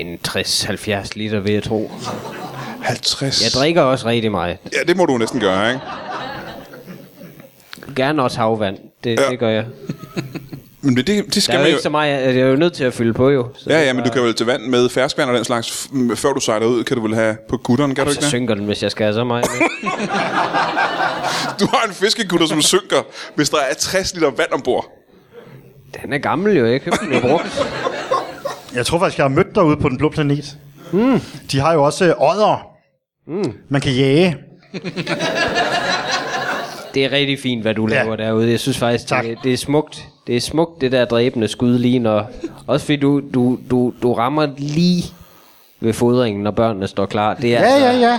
en, en 60-70 liter, vil jeg tro.
50.
Jeg drikker også rigtig meget.
Ja, det må du næsten gøre, ikke?
Gerne også havvand. Det, ja. det gør jeg.
Men det, det
Der er
skal
jo
man
ikke
jo...
så meget. Jeg er jo nødt til at fylde på, jo. Så
Ja, ja, men du kan vel til vand med ferskvand og den slags, f- m- før du sejler ud, kan du vel have på kutteren, kan du
så
ikke det?
synker den, hvis jeg skal have så meget. med.
Du har en fiskekutter, som synker, hvis der er 60 liter vand ombord.
den er gammel jo. Jeg købte
*laughs*
den jo brugt.
Jeg tror faktisk, jeg har mødt dig ude på den blå planet. Mm. De har jo også øh, odder. Mm. Man kan jage.
Det er rigtig fint, hvad du laver derude. Jeg synes faktisk,
Tak.
det, det er smukt. Det er smukt, det der dræbende skud lige når... Også fordi du, du, du, du rammer lige ved fodringen, når børnene står klar. Det er
Ja,
altså,
ja, ja.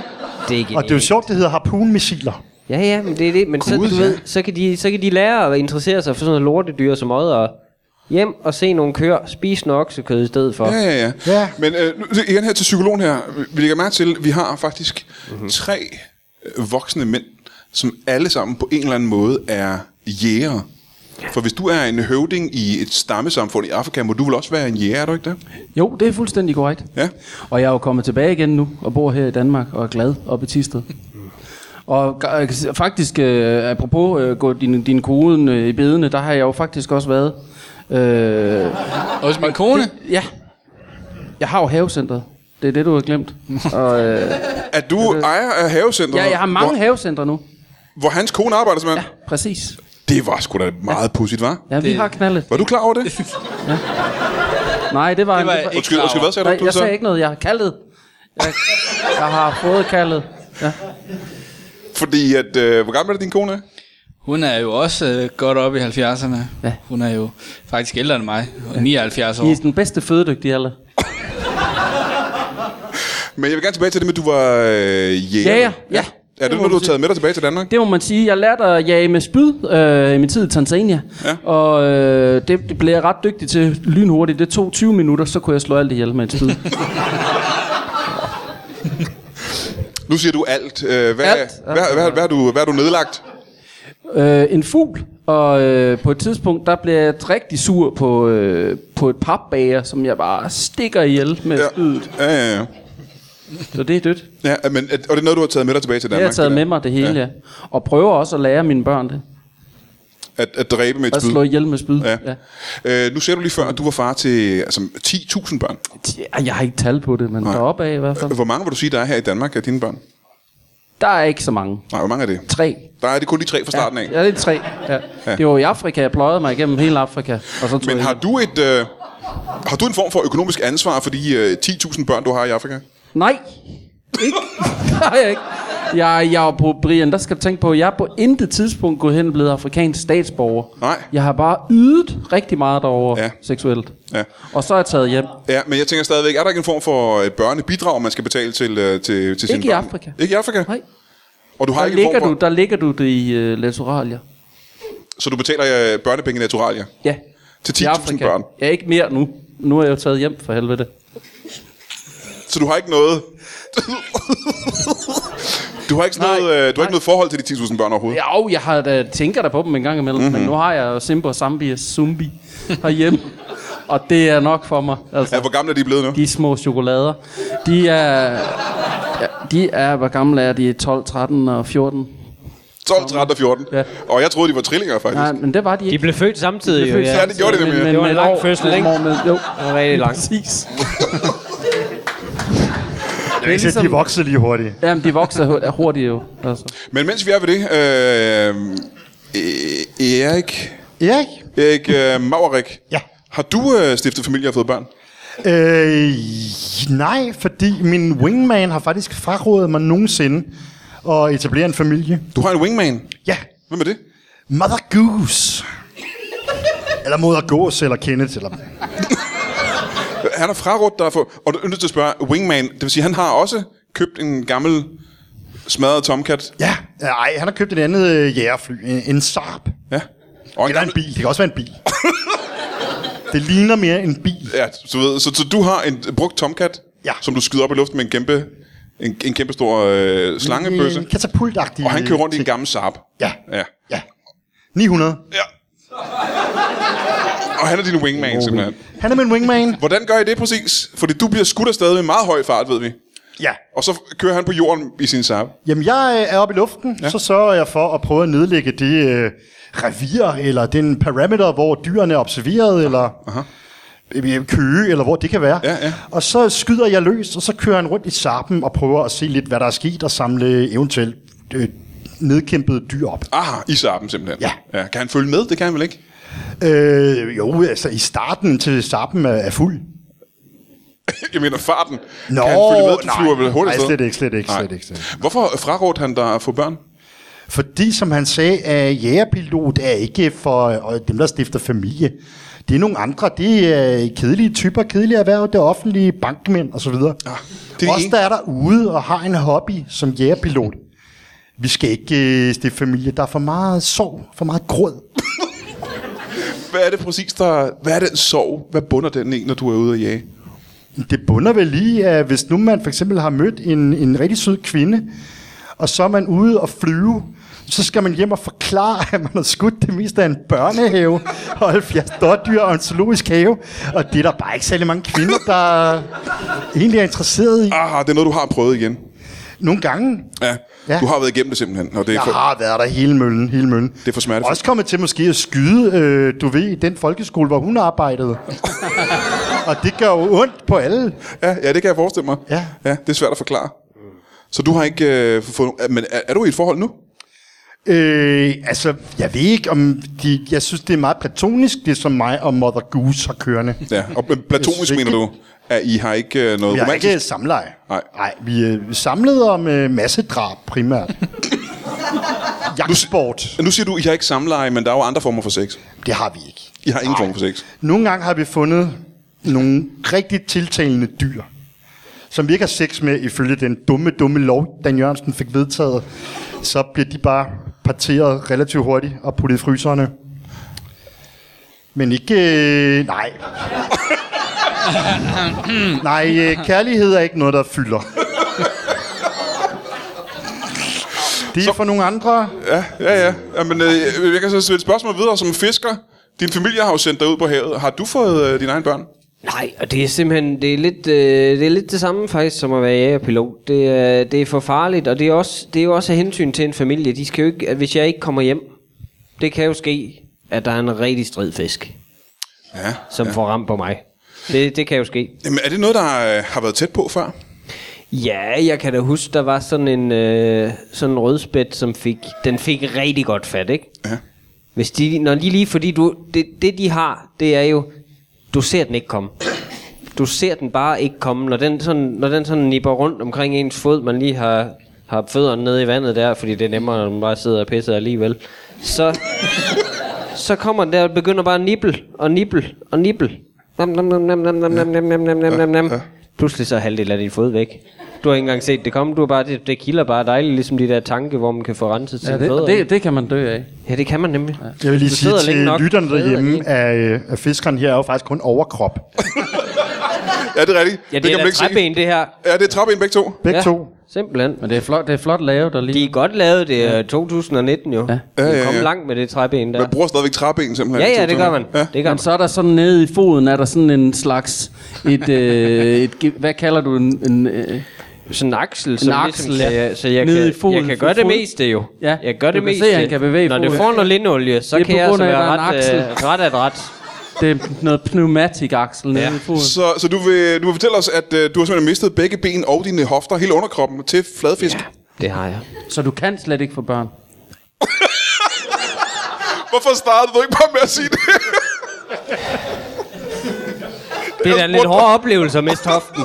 Det er genialt.
Og det er jo sjovt, det hedder harpunmissiler.
Ja, ja, men det er det. Men så,
Gud,
du
ja.
ved, så, kan de, så kan de lære at interessere sig for sådan noget lortedyr som odder. Hjem og se nogle køer, spise noget oksekød i stedet for.
Ja, ja, ja.
Ja.
Men øh, nu- igen her til psykologen her. Vi lægger mærke til, at vi har faktisk
Mhm.
mm-hmm. tre øh, voksne mænd, som alle sammen på en eller anden måde er jæger. For hvis du er en høvding i et stammesamfund i Afrika, må du vel også være en jæger, er du ikke det?
Jo, det er fuldstændig korrekt.
Ja.
Og jeg er jo kommet tilbage igen nu, og bor her i Danmark, og er glad og i Tisted. Og g- jeg kan sige- faktisk, øh, apropos øh, gå din, din koden øh, i bedene, der har jeg jo faktisk også været. Øh,
Og hvis min kone...
ja, jeg har jo havecentret. Det er det, du har glemt. Og, øh,
Er du ejer af havecentret?
ja, jeg har mange
hvor,
havecentre nu.
hvor hans kone arbejder simpelthen? Ja.
Præcis.
Det var sgu da meget pudsigt, var?
Ja, vi
Det-
har knaldet.
Var du klar over det?
Nej, det var...
Det var
en-
jeg ikke
Undskyld,
klar
undskyld,
over.
hvad sagde du?
Nej,
du
jeg
så?
sagde ikke noget. Jeg har kaldet. Jeg, jeg har fået kaldet. Ja.
Fordi at, øh, hvor gammel er din kone?
Hun er jo også øh, godt oppe i 70'erne.
Ja.
Hun er jo faktisk ældre end mig. Hun er 79
I
år.
er den bedste fødedygtige alder.
Men jeg vil gerne tilbage til det med, at du var øh, jæger.
Jager, ja.
Er det,
Det må
noget, du
man
har taget med dig tilbage til Danmark?
Det må man sige. Jeg lærte at jage med spyd øh, i min tid i Tanzania.
Ja.
Og øh, det, det blev jeg ret dygtig til lynhurtigt. Det tog 20 minutter, så kunne jeg slå alt ihjel med et
*laughs*
spyd.
Nu siger du alt. Øh, hvad, alt.
Alt.
Hvad, hvad, hvad, hvad, er du, hvad er du nedlagt?
øh, en fugl, og øh, på et tidspunkt, der blev jeg rigtig sur på, øh, på et papbager, som jeg bare stikker ihjel med
Ja.
ja. spydet.
Ja, ja, ja.
Så det er dødt.
ja men, er, og det er noget, du har taget med dig tilbage til
Det
Danmark?
har jeg taget
det
med
der?
mig det hele,
Ja.
ja. Og prøver også at lære mine børn det.
At, at dræbe med et
Og
spyd?
slå ihjel med spyd.
Ja. ja. Øh, nu sagde du lige før, at du var far til altså, 10.000 børn.
Ja, Jeg har ikke tal på det, men
Nej.
deroppe af i hvert fald.
Hvor mange vil du sige, der er her i Danmark af dine børn?
Der er ikke så mange.
Nej, hvor mange er det?
Tre.
Der er det kun de tre fra starten af.
Ja, det er tre. Ja.
Ja.
Ja. Det var i Afrika, jeg pløjede mig igennem hele Afrika. Og så tog
Men
jeg
har du et... Øh, har du en form for økonomisk ansvar for de øh, 10.000 børn, du har i Afrika?
Nej, ikke. *laughs* Det har jeg ikke. Jeg, jeg er på Brian, der skal du tænke på, jeg er på intet tidspunkt gået hen og blevet afrikansk statsborger.
Nej.
Jeg har bare ydet rigtig meget derovre
Ja.
ja. seksuelt.
Ja.
Og så er jeg taget hjem.
Ja, men jeg tænker stadigvæk, er der ikke en form for øh, børnebidrag, man skal betale til, øh, til, til sine
Ikke i
børn?
Afrika.
Ikke i Afrika?
Nej.
Og du har
Der
ikke en
ligger,
form for,
du, der ligger du det i uh, Latoralier.
Så du betaler øh, børnepenge i naturalier
Ja.
til
I
10.000 børn.
Ja, ikke mere nu. Nu er jeg jo taget hjem for helvede.
Så du har ikke noget... du har ikke, sådan
Nej.
noget, øh, du har ikke noget forhold til de 10.000 børn overhovedet?
Jo, jeg har da tænker da på dem en gang imellem, mm-hmm.
Mhm.
men nu har jeg jo Simba og Zambi og Zumbi herhjemme. og det er nok for mig. Altså.
Ja, hvor gamle er de blevet nu?
De små chokolader. De er... ja, De er, hvor gamle er de? 12, 13 og 14?
12, 13 og 14.
Ja.
Og jeg troede, de var trillinger, faktisk.
Nej, men det var de
De
ikke.
blev født samtidig,
født
jo,
Ja, det gjorde de nemlig.
Men-
Det var en
men-
lang
år-
fødsel, ikke?
år Med, jo,
Det var rigtig langt.
præcis.
Det er ligesom... De vokser lige hurtigt.
Jamen, de vokser hu- hurtigt jo. Altså.
Men mens vi er ved det, øh, øh, Erik,
Erik?
Erik øh, Maurik,
Ja.
har du øh, stiftet familie og fået børn?
Øh, nej, fordi min wingman har faktisk frarådet mig nogensinde at etablere en familie.
Du har en wingman.
Ja,
Hvem er det?
Mother Goose. eller Moder Gås, eller Kenneth, eller...
Øh, Han har frarådt dig for... Og du er nødt til at spørge, wingman, det vil sige, han har også købt en gammel smadret tomcat.
Ja, nej, han har købt et andet øh, jægerfly, en, en Saab.
Ja. Og
Eller en bil, det kan også være en bil. det ligner mere en bil.
Ja, så, ved, så, så du har en brugt tomcat,
Ja.
som du skyder op i luften med en kæmpe, en, en kæmpe stor øh, slangebøsse.
En katapultagtig.
Og han kører rundt i en
ting.
gammel Saab.
Ja.
Ja.
Ja. 900.
ja. Og han er din wingman, simpelthen.
Han er min wingman.
Hvordan gør I det præcis? Fordi du bliver skudt afsted med meget høj fart, ved vi.
Ja.
Og så kører han på jorden i sin Saab.
Jamen, jeg øh, er oppe i luften, ja. så sørger jeg for at prøve at nedlægge det øh, revir, eller den parameter, hvor dyrene er observeret, eller Aha. køge, eller hvor det kan være.
Ja, ja.
Og så skyder jeg løs, og så kører han rundt i sappen og prøver at se lidt, hvad der er sket, og samle eventuelt øh, nedkæmpede dyr op.
Aha, i Saaben simpelthen.
Ja.
ja. Kan han følge med? Det kan han vel ikke? *laughs*
Øh, jo, altså i starten til sappen er, er fuld.
Jeg mener farten.
Nå,
kan han følge med? Du
nej.
flyver vel hurtigt
Nej,
afsted?
slet ikke, slet ikke,
Nej.
slet ikke, slet ikke.
Hvorfor frarådte han dig at få børn?
Fordi, som han sagde, at jægerpilot er ikke for øh, dem, der stifter familie. Det er nogle andre. Det er øh, kedelige typer, kedelige erhverv, det er offentlige bankmænd osv. Ja,
Ah, det er
Os,
en-
der er derude og har en hobby som jægerpilot. Vi skal ikke øh, stifte familie. Der er for meget sorg, for meget gråd.
Hvad er det præcis, der... Hvad er den sorg? Hvad bunder den i, når du er ude at jage?
Det bunder vel lige, at hvis nu man for eksempel har mødt en, en rigtig sød kvinde, og så er man ude og flyve, så skal man hjem og forklare, at man har skudt det meste af en børnehave, og 70 dårdyr og en zoologisk have. Og det er der bare ikke særlig mange kvinder, der egentlig er interesseret i.
Aha, det er noget, du har prøvet igen.
Nogle gange.
Ja. ja.
Ja.
Du har været igennem det simpelthen. Og det er
Jeg
for...
har været der hele møllen, hele møllen.
Det er for smertefuldt.
Også kommet til måske at skyde, øh, du ved, i den folkeskole, hvor hun arbejdede. og det gør jo ondt på alle.
ja, ja, det kan jeg forestille mig.
Ja.
ja det er svært at forklare. Så du har ikke øh, fået... Men er, er, du i et forhold nu?
Øh, altså, jeg ved ikke om de... Jeg synes, det er meget platonisk, det som mig og Mother Goose har kørende.
Ja, og men platonisk
Jeg synes
mener
ikke-
du, at I har ikke øh, noget
Vi har
romantisk?
ikke samleje.
Nej.
øh,
*laughs*
Nej, vi er samlet om øh, massedrab primært. jagtsport.
Nu siger du, I har ikke samleje, men der er jo andre former for sex.
Det har vi ikke.
I har ingen form for sex.
Nogle gange har vi fundet nogle rigtig tiltalende dyr, som vi ikke har sex med ifølge den dumme, dumme lov, Dan Jørgensen fik vedtaget. Så bliver de bare parteret relativt hurtigt og puttet i fryserne. Men ikke... Øh,
*coughs*
nej. nej, øh, kærlighed er ikke noget, der fylder. Det er for nogle andre.
Ja, ja. Jamen, øh, jeg kan så stille et spørgsmål videre som fisker. Din familie har jo sendt dig ud på havet. Har du fået øh, dine egne børn?
Nej, og det er simpelthen det er lidt, øh, det, er lidt det samme faktisk som at være jægerpilot. Det er, det er for farligt, og det er, også, det er jo også af hensyn til en familie. De skal jo ikke, at hvis jeg ikke kommer hjem, det kan jo ske, at der er en rigtig strid fisk,
Ja.
som ja. får ramt på mig. Det, det kan jo ske.
Jamen, er det noget, der øh, har været tæt på før?
Ja, jeg kan da huske, der var sådan en, øh, sådan en rødspæt, som fik, den fik rigtig godt fat, ikke?
Ja.
Hvis de, når de lige, fordi du, det, det de har, det er jo, du ser den ikke komme. Du ser den bare ikke komme, når den sådan, når den sådan nipper rundt omkring ens fod, man lige har, har fødderne nede i vandet der, fordi det er nemmere, når man bare sidder og pisser alligevel. Så, så kommer den der og begynder bare at nibble og nibble og nibble. Nam, nam, nam, nam, nam, nam, nam, nam, nam, nam, nam, nam, nam. Pludselig så er halvdelen af din fod væk. Du har ikke engang set det komme. Du er bare, det, det kilder bare dejligt, ligesom de der tanke, hvor man kan få renset sine
Ja,
fødder.
det, og det, det kan man dø af.
Ja, det kan man nemlig.
Jeg vil lige
Du
sige
sidder længe
til
nok.
lytterne
Sidder
derhjemme,
længe.
at, øh, at fiskeren her er jo faktisk kun overkrop.
Ja, det er rigtigt.
Ja,
kan
det, det
man
er da
ikke se.
træben, det her.
Ja, det er træben begge to.
Begge
Ja.
ja. to.
Simpelthen.
Men det er flot, det er flot lavet der
De
lige.
er godt lavet, det er 2019 jo. Ja.
Ja,
De
ja,
er kommet
ja.
langt med det træben der.
Man bruger stadigvæk træben, simpelthen.
Ja, ja,
Til-
det gør man.
Ja.
Det gør
Men
man.
så er der sådan nede i foden, er der sådan en slags, et, øh, et ge- hvad kalder du en, en øh,
Sådan en aksel,
En
som
aksel,
ligesom,
ja.
kan, så jeg
Nede
kan,
i foden,
jeg kan gøre det
fod-
meste jo.
Ja,
Jeg gør
du
det
kan se,
meste.
han kan bevæge
Når det
foden.
får noget linolie, så
Det er
kan
på
jeg
grund
altså
af, at
være
der
ret,
er en
øh, ret at ret.
det er noget pneumatikaksel nede
Ja.
i foden?
Så, så du, vil, du vil fortælle os, at øh, du har simpelthen mistet begge ben og dine hofter, hele underkroppen, til fladfisk. Ja.
Det har jeg.
Så du kan slet ikke få børn.
Hvorfor startede du ikke bare med at sige det?
Det er da en lidt
spurgte-
hård oplevelse at miste hoften,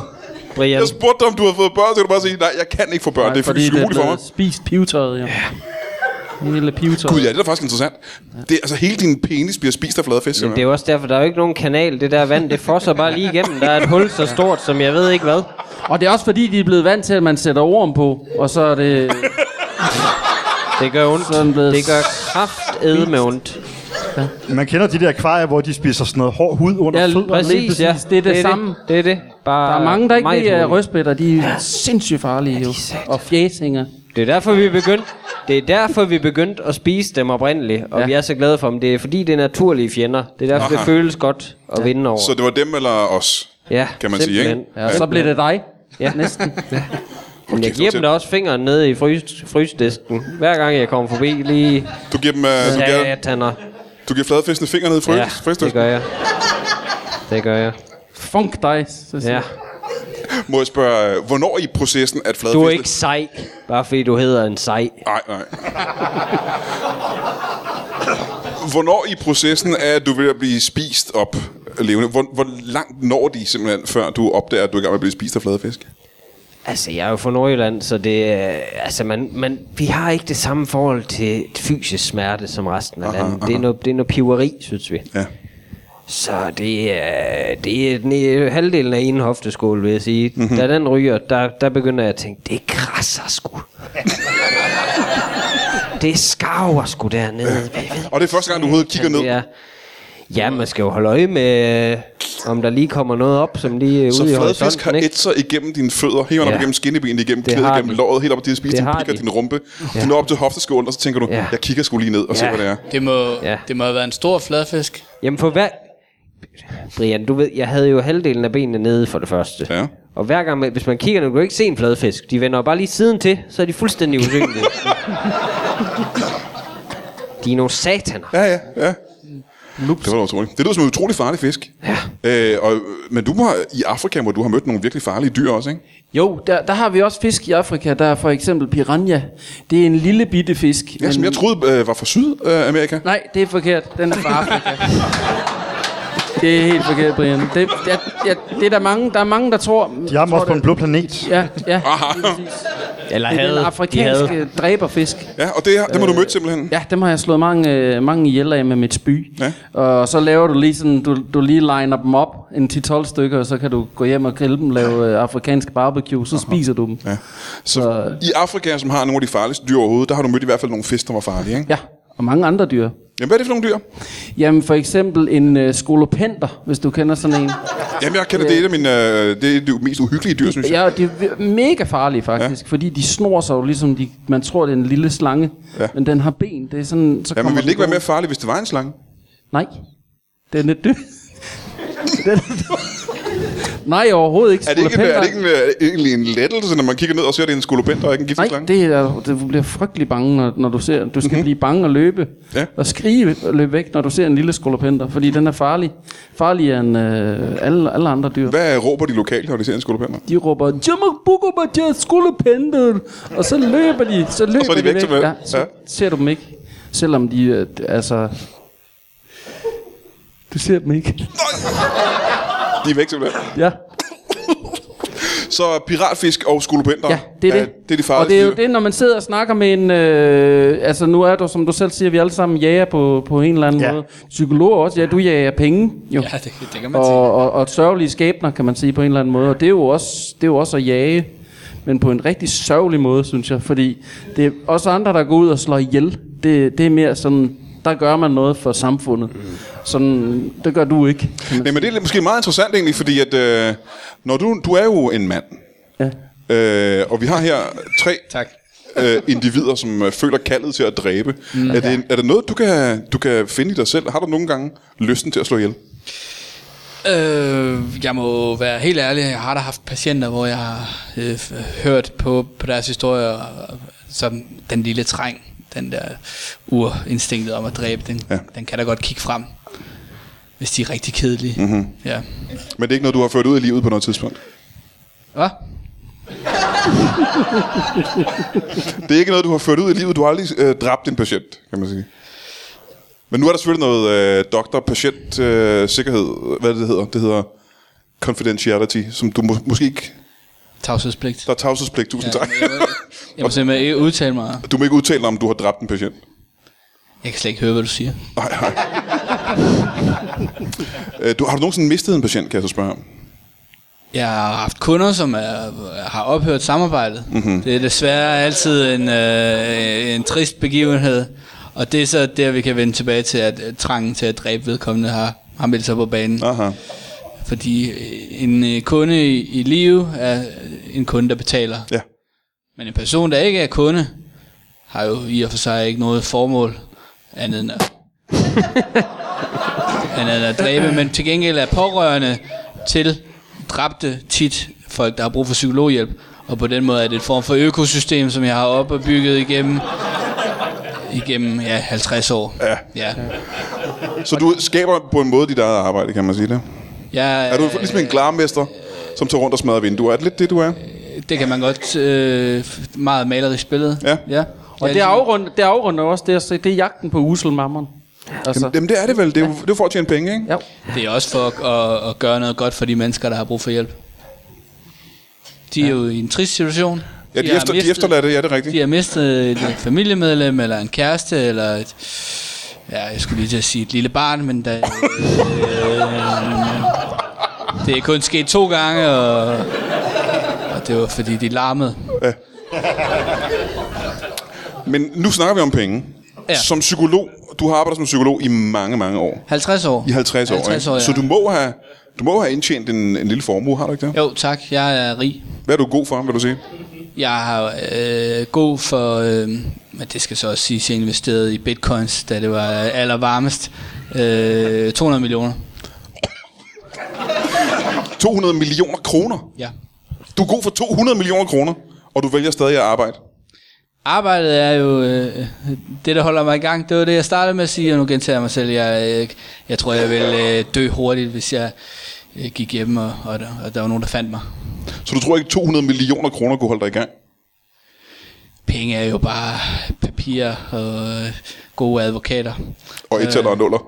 Brian.
Jeg spurgte dig, om du havde fået børn, så kan du bare sige, nej, jeg kan ikke få børn. Nej, det er
fordi
fysisk
det er
umuligt for mig.
blevet spist pivetøjet, jo. Ja. Hele pivetøjet.
Gud, ja, det er da faktisk interessant. Det, altså, hele din penis bliver spist af fladfisk.
Men det er jo også derfor, der er jo ikke nogen kanal. Det der vand, det fosser bare lige igennem. Der er et hul så stort, som jeg ved ikke hvad.
Og det er også fordi, de er blevet vant til, at man sætter orm på, og så er det...
Det gør
Sådan
ondt.
blevet
Det gør kraftedme med ondt.
Man kender de der akvarier, hvor de spiser sådan noget hård hud under
Ja,
fødderne.
præcis. ja. Det er det samme.
Det, er det. Bare
Der er mange, der ikke
meget
ved, øh, at
roligt.
rødspætter, de er sindssygt farlige, jo. Og fjæsinger.
Det er derfor, vi begyndte. Det er derfor, vi begyndte at spise dem oprindeligt, og
Ja.
ja. vi er så glade for dem. Det er fordi, det er naturlige fjender. Det er derfor,
Aha.
det føles godt at ja. vinde over.
Så det var dem eller os?
ja,
kan man sige, ikke?
simpelthen.
Ja, og så bliver det dig. Ja,
*laughs*
næsten.
Men jeg
kæft,
giver
hvor
dem da også fingeren nede i frys- frysedisken, hver gang jeg kommer forbi lige
Du giver, dem, øh, du giver,
sataner.
du giver fladfiskene fingre ned i frys,
Ja,
ja,
det gør jeg. Det gør jeg.
Funk dig. Så siger
Ja.
jeg.
Må jeg spørge, øh, hvornår i processen, at fladfiskene...
Du er ikke sej, bare fordi du hedder en sej.
Nej, nej. Hvornår i processen er at du ved at blive spist op levende? Hvor, hvor langt når de simpelthen, før du opdager, at du er i gang med at blive spist af fladfisk?
Altså, jeg er jo fra Nordjylland, så det... øh, Altså, man, man, vi har ikke det samme forhold til fysisk smerte som resten af aha, landet. Det er noget, det er noget piveri, synes vi.
Ja.
Så det er, det er den, øh, halvdelen af en hofteskål, vil jeg sige.
Mhm.
Mm-hmm. Da den ryger, der, der begynder jeg at tænke, det krasser
*laughs*
sgu. det skarver sgu dernede. Hvad ved
Og det er første gang, du overhovedet kigger ned.
det er? Ja, man skal jo holde øje med, øh, om der lige kommer noget op, som lige er
Så
ude i
fladfisk har
horisonten.
et
ikke?
sig igennem dine fødder, helt op
Ja.
igennem skinnebenet, igennem
Det
klædet,
har
igennem
de.
låret, helt op til at spise
Det
din
har
pik og
de.
din rumpe. Ja. Du når op til hofteskålen, og så tænker du,
Ja.
jeg kigger sgu lige ned og ser,
Ja.
hvad det er.
Det må,
Ja.
ja. det må have været en stor fladfisk.
Jamen for hver... Brian, du ved, jeg havde jo halvdelen af benene nede for det første.
Ja.
Og hver gang, man- hvis man kigger, nu kan du ikke se en fladfisk. De vender jo bare lige siden til, så er de fuldstændig *laughs* usynlige. de er nogle sataner.
Ja, ja, ja. Lups. Det var da utroligt. Det lyder som en utrolig farlig fisk. Ja. Øh, og, men du må, i Afrika, hvor du har mødt nogle virkelig farlige dyr også, ikke?
Jo, der, der har vi også fisk i Afrika. Der er for eksempel piranha. Det er en lille bitte fisk.
Ja, som jeg troede øh, var fra Sydamerika. *laughs*
Nej, det er forkert. Den er fra Afrika. Det er helt forkert, Brian. Det, det, er- ja, det er der mange, der er mange, der tror...
Jeg er
tror
også på
det-
en blå planet.
Ja, ja.
*laughs* Aha.
Eller
Det er
havde.
den afrikanske dræberfisk.
Ja, og det, her, dem har du mødt simpelthen.
Øh, Ja, dem har jeg slået mange, øh, mange ihjel af med mit spy.
Ja.
Og så laver du lige sådan, du, du lige liner dem op en 10-12 stykker, og så kan du gå hjem og grille dem, lave øh, afrikansk barbecue, så spiser du dem.
Ja. Så i Afrika, som har nogle af de farligste dyr overhovedet, der har du mødt i hvert fald nogle fisk, der var farlige, ikke?
Ja, og mange andre dyr.
Jamen, hvad er det for nogle dyr?
Jamen for eksempel en øh, skolopenter, hvis du kender sådan
*laughs*
en.
Jamen, jeg kender det, er et af mine, øh, det er det mest uhyggelige dyr, synes jeg.
Ja, og de er vi- mega farlige faktisk, ja. fordi de snor sig jo ligesom, de, man tror, det er en lille slange,
Ja.
ja. men den har ben. Det er sådan, så
Ja, men
kommer
ville det
den
ikke være
ud.
mere farligt, hvis det var en slange?
Nej, den er død. *laughs* den er død. Nej, overhovedet ikke.
Er det ikke, en,
Skolopenter-
er det ikke en, øh, egentlig en lettelse, når man kigger ned og ser, at det er en skolopenter og ikke en giftig
Nej,
slange?
det er, du bliver frygtelig bange, når, når du ser. Du skal mm-hmm. blive bange og løbe.
Mhm. Ja.
Og skrige og løbe væk, når du ser en lille skolopenter. Fordi den er farlig. Farligere end øh, alle, alle andre dyr.
Hvad råber de lokale, når de ser en skolopenter?
De råber, Jamakbukubadja skolopenter. Og så løber de. Så løber
er de væk simpelthen.
Ja, så
Ja.
ja. ser du dem ikke. Selvom de, øh, d- altså... Du ser dem ikke.
De er væk simpelthen.
Ja,
Så piratfisk og skolopenter.
ja det er det.
det er de
og det
farligste
er jo det, når man sidder og snakker med en... Øh, altså nu er du, som du selv siger, vi alle sammen jager på, på en eller anden
Ja.
ja. måde. Psykologer også, ja, du jager penge. Jo.
Ja, det, det kan man sige.
og, og, og sørgelige skæbner, kan man sige på en eller anden måde. Og det er jo også, det er jo også at jage, men på en rigtig sørgelig måde, synes jeg. Fordi det er også andre, der går ud og slår ihjel. Det, det er mere sådan, der gør man noget for samfundet.
Mm.
Sådan, det gør du ikke. kan man
Nej, men det er lidt- måske meget interessant egentlig, fordi at, øh, når du, du er jo en mand,
sige.
øh, og vi har her tre
Tak.
øh, individer, som øh, føler kaldet til at dræbe. Mm, er, det, er det noget, du kan, du kan finde i dig selv? Har du nogle gange lysten til at slå ihjel?
Øh, jeg må være helt ærlig, jeg har da haft patienter, hvor jeg har øh, f- hørt på, på deres historier, og- som den lille træng, den der urinstinktet om at dræbe, den,
Ja.
ja. den kan da godt kigge frem, hvis de er rigtig kedelige. Mm-hmm. Ja.
Men det er ikke noget, du har ført ud i livet på noget tidspunkt.
Hvad?
Det er ikke noget, du har ført ud i livet. Du har aldrig øh, dræbt en patient, kan man sige. Men nu er der selvfølgelig noget øh, doktor-patient-sikkerhed. hvad er det, det hedder? Det hedder confidentiality, som du mås- måske ikke...
Tavshedspligt.
Der er tavshedspligt, tusind ja, tak.
jeg, må- jeg må simpelthen ikke udtale mig.
*laughs* Du må ikke udtale dig, om du har dræbt en patient.
Jeg kan slet ikke høre, hvad du siger.
Nej, nej. Øh, du, har du nogensinde mistet en patient, kan jeg så spørge om?
Jeg har haft kunder, som er, har ophørt samarbejdet. Mm-hmm. Det er desværre altid en, øh, en trist begivenhed. Og det er så der, vi kan vende tilbage til, at øh, trangen til at dræbe vedkommende har, har meldt sig på banen.
Aha.
Fordi øh, en øh, kunde i, i live er øh, en kunde, der betaler.
Ja.
Men en person, der ikke er kunde, har jo i og for sig ikke noget formål andet end
*laughs*
at, andet end at dræbe, men til gengæld er pårørende til dræbte tit folk, der har brug for psykologhjælp. Og på den måde er det et form for økosystem, som jeg har opbygget igennem, igennem ja, 50 år.
Ja.
ja.
Så du skaber på en måde dit eget arbejde, kan man sige det?
Jeg,
Er du ligesom en glarmester, som tager rundt og smadrer vinduer? Er det lidt det, du er?
Det kan man godt. Øh, meget malerisk billede.
Ja. ligesom-
ja.
Og
Jeg
det
er
afrunder, det afrunder også det at se, det er jagten på uselmammeren. Altså,
Jamen, det er det vel. Det er, jo, det er jo for at tjene penge, ikke?
ja.
Det er også for at, at, at gøre noget godt for de mennesker, der har brug for hjælp. De er ja. jo i en trist situation.
Ja, de,
har
efter, de
mistet-
efterlader det, ja, det er rigtigt.
De har mistet et familiemedlem, eller en kæreste, eller et... Ja, jeg skulle lige til at sige et lille barn, men da, øh, det er kun sket to gange, og, og det var fordi, de larmede.
Men nu snakker vi om penge. Ja.
Ja.
Som psykolog, du har arbejdet som psykolog i mange, mange år.
50 år.
I 50 år,
50
ikke?
år ja.
Så du må have, du må have indtjent en, en lille formue, har du ikke det?
Jo, tak. Jeg er rig.
Hvad er du god for, vil du sige?
Jeg har øh, god for, øh, men det skal så også siges, jeg investerede i bitcoins, da det var allervarmest. Øh, *laughs* 200 millioner.
200 millioner kroner.
Ja.
Du er god for 200 millioner kroner, og du vælger stadig at arbejde.
Arbejdet er jo øh, det, der holder mig i gang. Det var det, jeg startede med at sige, og nu gentager jeg mig selv. Jeg, øh, jeg tror, jeg vil øh, dø hurtigt, hvis jeg øh, gik hjem, og, og, der, og der var nogen, der fandt mig.
Så du tror ikke, 200 millioner kroner kunne holde dig i gang?
Penge er jo bare papir og øh, gode advokater,
Og et øh. og nuller.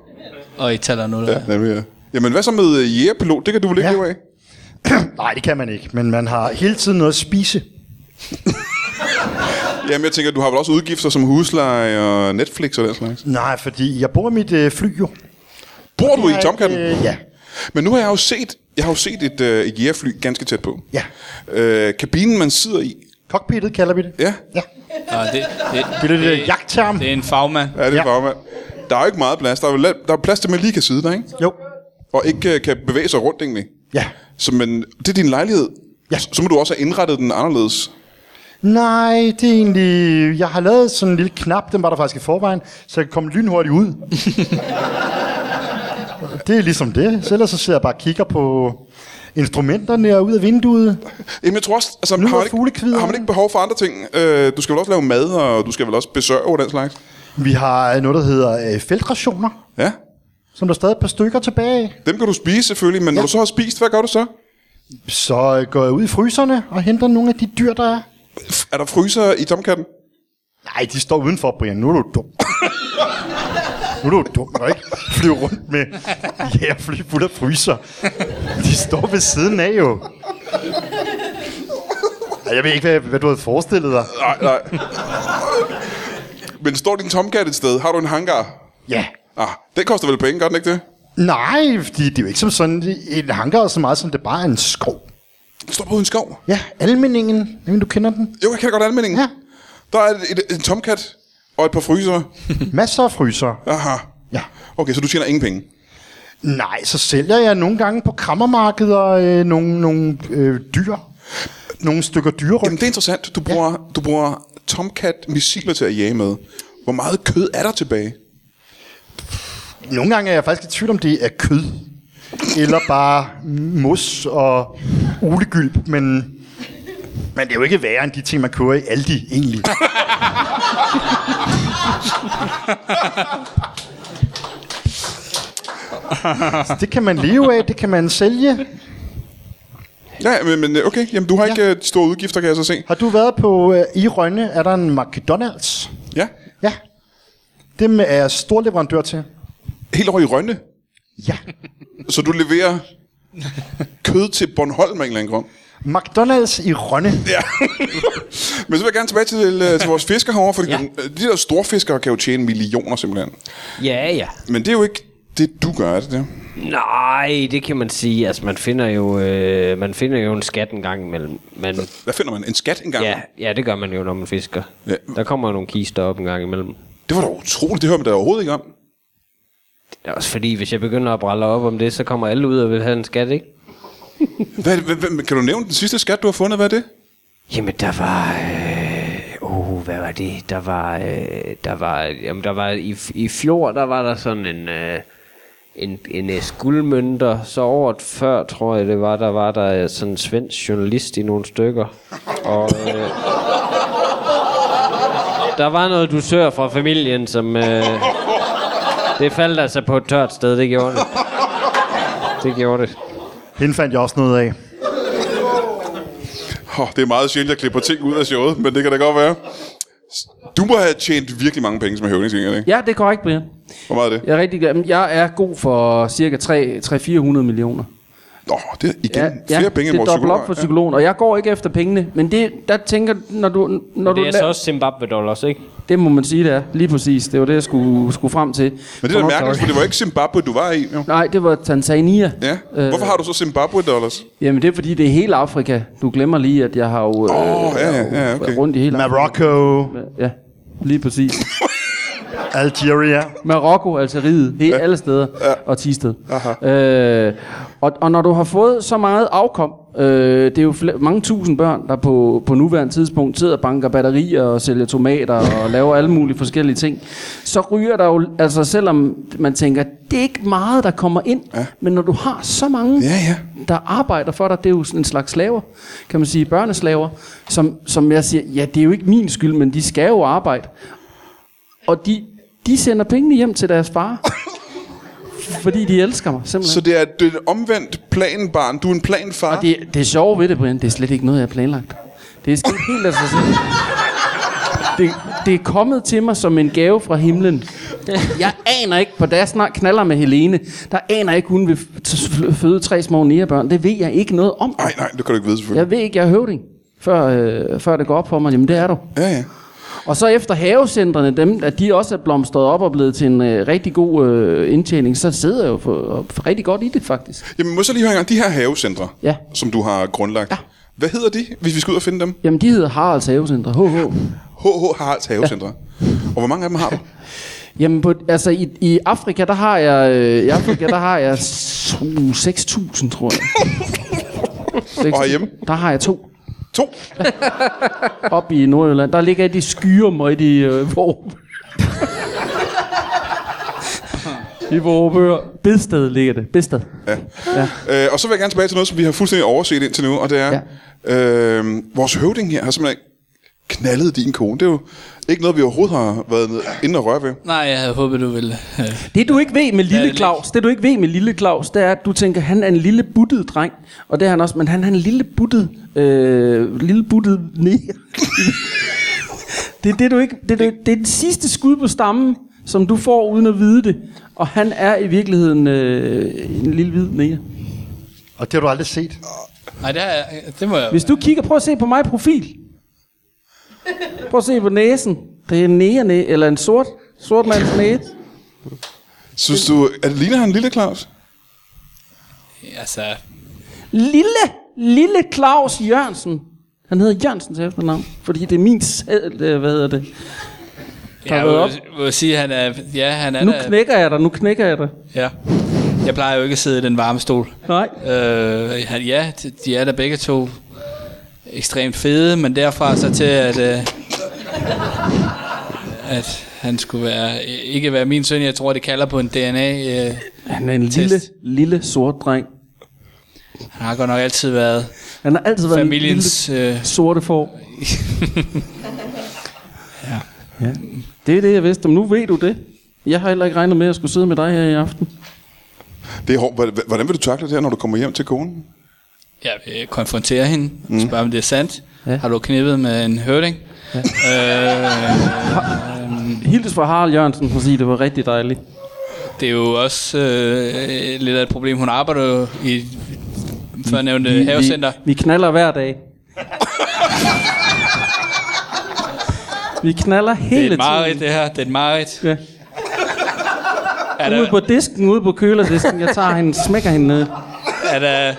og et tal og nul.
Ja, nemlig, ja. Jamen, hvad så med øh, jægerpilot? Det kan du vel ikke
Ja.
leve af?
Nej, det kan man ikke, men man har hele tiden noget at spise.
Jamen, jeg tænker, du har vel også udgifter som husleje og Netflix og den slags.
Nej, fordi jeg bor i mit øh, fly jo.
Bor du i
Ja,
Tomkatten?
øh, ja.
Men nu har jeg jo set, jeg har jo set et, øh, et jægerfly ganske tæt på.
Ja.
Øh, kabinen, man sidder i.
Cockpittet kalder vi det.
Ja,
Ja.
Nå, det, det,
Det er lidt øh, jagtterm.
det er en fagmand.
ja det er
Ja.
ja. Der er jo ikke meget plads. Der er, jo la- der er plads til, at man lige kan sidde der, ikke?
Jo.
Og ikke øh, kan bevæge sig rundt, egentlig.
Ja.
Så men, det er din lejlighed.
Ja.
Så, så må du også have indrettet den anderledes.
Nej, det er egentlig... Jeg har lavet sådan en lille knap, den var der faktisk i forvejen, så jeg kan komme lynhurtigt
*laughs*
ud. det er ligesom det. Så ellers så sidder jeg bare og kigger på instrumenterne og ud af vinduet.
Jamen, jeg tror også, altså,
Nu
har,
er
man ikke,
fuglekviderne.
har man ikke behov for andre ting? Øh, du skal vel også lave mad, og du skal vel også besøge og den slags?
Vi har noget, der hedder øh, feltrationer,
Ja,
som der er stadig er et par stykker tilbage. af.
dem kan du spise selvfølgelig, men ja. når du så har spist, hvad gør du så?
Så øh, går jeg ud i fryserne og henter nogle af de dyr, der er.
F- Er der fryser i tomkatten?
Nej, de står udenfor, Brian. Nu er du dum. *laughs* nu er du dum, og ikke flyve rundt med jægerfly fuld af fryser. De står ved siden af jo. Ej, Jeg ved ikke, hvad, hvad du havde forestillet dig.
Nej, nej. men står din tomkat et sted? Har du en hangar?
Ja.
Ah, den koster vel penge, gør den ikke det?
Nej, fordi det er jo ikke som sådan en hangar er så meget, som det bare er en skov.
Den står på en skov.
Ja, almeningen. Jamen, du kender den.
Jo, jeg kender godt anmeldingen.
Ja.
Der er et, et, en tomkat og et par fryser.
Masser af fryser.
Aha.
Ja.
Okay, så du tjener ingen penge.
Nej, så sælger jeg nogle gange på krammermarkeder øh, nogle, nogle øh, dyr. Nogle stykker dyreryg.
Jamen, det er interessant. Du bruger, ja. du bruger tomkat-missiler til at jage med. Hvor meget kød er der tilbage?
Nogle gange er jeg faktisk i tvivl om, det er kød. Eller bare mos og ulegylp, men... Men det er jo ikke værre end de ting, man kører i Aldi, egentlig. Så det kan man leve af, det kan man sælge.
Ja, men, men okay. Jamen, du har ikke ja. store udgifter, kan jeg så se.
Har du været på øh, i Rønne? Er der en McDonald's?
Ja.
Ja. Dem er jeg stor leverandør til.
Helt over i Rønne.
Ja.
Så du *laughs* leverer kød til Bornholm af en eller anden grund.
McDonald's i Rønne.
Ja. Men så vil jeg gerne tilbage til, øh, til *laughs* vores fisker herovre, for ja. de der store fiskere kan jo tjene millioner simpelthen.
Ja, ja.
Men det er jo ikke det, du gør, er det det?
Nej, det kan man sige. Altså, man finder jo, øh, man finder jo en skat en gang imellem. Men,
Hvad finder man? En skat engang?
ja, ja, det gør man jo, når man fisker.
Ja.
Ja. Der kommer jo nogle kister op en gang imellem.
Det var da utroligt, det hører man da overhovedet ikke om.
Det er også fordi, hvis jeg begynder at brælde op om det, så kommer alle ud og vil have en skat, ikke?
Hvad, hvad, hvad, kan du nævne den sidste skat, du har fundet? Hvad er det?
Jamen, der var... Øh, oh, hvad var det? Der var... Øh, der var, jamen, der var i, I fjor, der var der sådan en... Øh, en, en øh, skuldmønter, så året før, tror jeg det var, der var der øh, sådan en svensk journalist i nogle stykker. Og, øh, der var noget dusør fra familien, som... Øh, det faldt altså på et tørt sted, det gjorde det. Det gjorde det.
Hende fandt jeg også noget af.
Oh, det er meget sjældent, jeg klipper ting ud af showet, men det kan da godt være. Du må have tjent virkelig mange penge som høvding, tænker jeg, ikke?
Ja, det er korrekt, Brian.
Hvor meget er det?
Jeg er, rigtig, glad. Men jeg er god for cirka 300-400 millioner.
Nå, det er igen ja, flere penge
det
end vores
er dobbelt op
psykologer.
for psykologen, og jeg går ikke efter pengene, men det, der tænker, når du... Når
Det
du
er så også Zimbabwe-dollars, ikke?
det må man sige, det er. Lige præcis. Det var det, jeg skulle, skulle frem til.
Men det er da mærkeligt, for det var ikke Zimbabwe, du var i. Jo.
Nej, det var Tanzania. Øh,
Ja. Hvorfor har du så Zimbabwe-dollars?
Jamen, det er fordi, det er hele Afrika. Du glemmer lige, at jeg har jo øh,
Åh, ja, ja, ja, okay.
rundt i hele
Marokko,
Afrika. Ja, lige præcis.
Algeria.
Marokko, Algeriet, det er alle steder, og Tisted. Øh, og, og når du har fået så meget afkom, øh, det er jo fl- mange tusind børn, der på, på nuværende tidspunkt sidder og banker batterier og sælger tomater og laver alle mulige forskellige ting, så ryger der jo, altså selvom man tænker, det er ikke meget, der kommer ind, ja. men når du har så mange,
Ja, ja.
der arbejder for dig, det er jo sådan en slags slaver, kan man sige, børneslaver, som, som jeg siger, ja, det er jo ikke min skyld, men de skal jo arbejde. Og de, de sender pengene hjem til deres far, fordi de elsker mig, simpelthen.
Så det er det er et omvendt planbarn. Du er en planfar.
Og det, det sjove ved det, Brian, det er slet ikke noget, jeg har planlagt. Det er sket helt af sig selv. Det, det er kommet til mig som en gave fra himlen. Jeg aner ikke, på da jeg snart knaller med Helene, der aner jeg ikke, hun vil f- føde tre små nærebørn. Det ved jeg ikke noget om.
Nej, nej, det kan du ikke vide selvfølgelig.
Jeg ved ikke, jeg er høvding, før, øh, før det går op for mig. Jamen, det er du.
Ja, ja.
Og så efter havecentrene, dem, at de også er blomstret op og blevet til en øh, rigtig god øh, indtjening, så sidder jeg jo for, for rigtig godt i det, faktisk.
Jamen, må jeg så lige høre en gang. De her havecentre,
Ja.
som du har grundlagt. Ja. Hvad hedder de, hvis vi skal ud og finde dem?
Jamen, de hedder Haralds Havecentre, HH.
HH Haralds Havecentre. Ja. Og hvor mange af dem har du?
Jamen, på, altså, i, i Afrika, der har jeg, øh, i Afrika, der har jeg s- uh, 6.000, tror jeg. 6,
Og herhjemme?
Der har jeg to.
To.
Op i Nordjylland. Der ligger de skyer mig i de øh, Vorup. I Vorupør. Bedsted ligger det. Bedsted.
Øh, og så vil jeg gerne tilbage til noget, som vi har fuldstændig overset indtil nu, og det er, ja. øh, vores høvding her har simpelthen knaldet din kone. Det er jo ikke noget, vi overhovedet har været nede- inde og røre ved.
Nej, jeg havde håbet, du ville. øh.
Det du ikke ved med
det
lille
ligge.
Claus, det du ikke ved med lille Claus, det er, at du tænker, han er en lille buttet dreng. Og det er han også, men han er en lille buttet, øh, lille buttet nære. *laughs* det er det, du ikke, det, du, det er den sidste skud på stammen, som du får uden at vide det. Og han er i virkeligheden øh, en lille hvid nære.
Og det har du aldrig set.
Nej, det, har jeg, det må jeg...
Hvis du kigger, prøv at se på mig i profil. Prøv at se på næsen. Det er en nære, næ- eller en sort, sort mands næse.
Synes du, at det ligner han lille Claus?
Altså,
Lille, lille Claus Jørgensen. Han hedder Jørgensen til efternavn, fordi det er min sæd, øh, hvad hedder det.
Ja, jeg
været op?
vil, vil sige, han er... Ja, han er
Nu
der-
knækker jeg dig, nu knækker jeg dig.
Ja. Jeg plejer jo ikke at sidde i den varme stol.
Nej.
Øh, han- ja, de- de er da begge to ekstremt fede, men derfra så til, at, øh, at han skulle være, ikke være min søn. Jeg tror, det kalder på en DNA. Øh,
Han er en
Test.
lille, lille sort dreng.
han har godt nok altid været
Han har altid været
familiens...
en
Øh,
lille sorte
*laughs*
for. ja. ja. Det er det, jeg vidste. Men nu ved du det. Jeg har heller ikke regnet med, at jeg skulle sidde med dig her i aften.
Det er hårdt. Hva- Hvordan vil du takle det her, når du kommer hjem til konen?
jeg vil konfrontere øh, hende,
Mm.
spørge om det er sandt. Ja. Har du knippet med en høvding? Ja. Øh,
Hils fra Harald Jørgensen for at sige, at det var rigtig dejligt.
Det er jo også øh, lidt af et problem. Hun arbejder jo i førnævnte havecenter.
Vi, vi knaller hver dag. vi knaller
Det er
hele
et mareridt,
tiden.
det her. Det er et mareridt.
Ja.
Er
Ude
der,
på disken, ude på kølerdisken. Jeg tager hende, smækker hende ned.
er, der,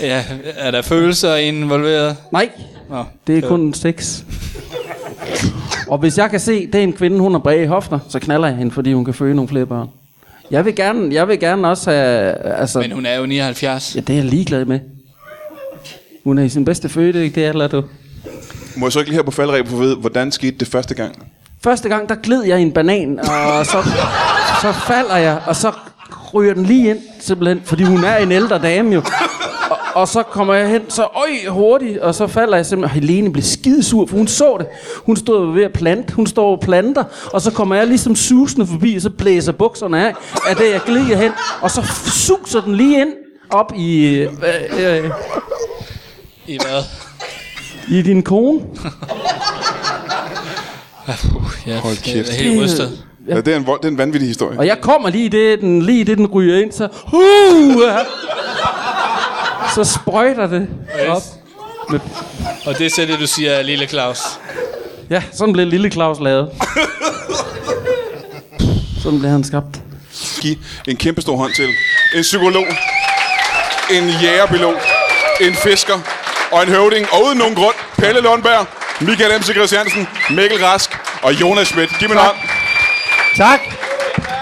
ja, er der følelser involveret?
Nej,
Nå.
det er kun sex. Og hvis jeg kan se, det er en kvinde, hun har brede hofter, så knaller jeg hende, fordi hun kan føde nogle flere børn. Jeg vil gerne, jeg vil gerne også have... Altså,
Men hun er jo 79.
ja, det er jeg ligeglad med. Hun er i sin bedste føde, ikke det, eller du?
Må jeg så ikke lige her på faldrebet få at vide, hvordan skete det første gang?
Første gang, der gled jeg i en banan, og så, så falder jeg, og så ryger den lige ind, simpelthen, fordi hun er en ældre dame jo. Og, og så kommer jeg hen, så øj, hurtigt, og så falder jeg simpelthen. Og Helene blev skidesur, for hun så det. Hun stod ved at plante, hun står og planter, og så kommer jeg ligesom susende forbi, og så blæser bukserne af, af det jeg glider hen, og så suser den lige ind, op i, øh, øh,
I hvad?
i din kone.
Ja, Hold
kæft.
Jeg er helt rystet.
Ja. Det, er en vold, det er en vanvittig historie.
Og jeg kommer lige i det, den, lige i det, den ryger ind, så... Uh, så sprøjter det op.
Og det er det, du siger, lille Claus.
Ja, sådan blev lille Claus lavet. Sådan blev han skabt.
Giv en kæmpe stor hånd til en psykolog, en jægerpilot, en fisker og en høvding. Og uden nogen grund, Pelle Lundberg, Michael M. Christiansen, Mikkel Rask og Jonas Schmidt. Giv mig en hånd.
Tak.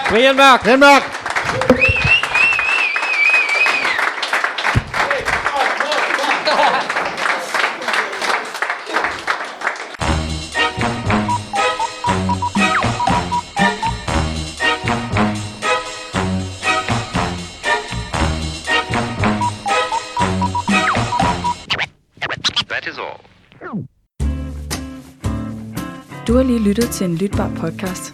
Brian Mørk.
Danmark.
Du har lige lyttet til en lytbar podcast.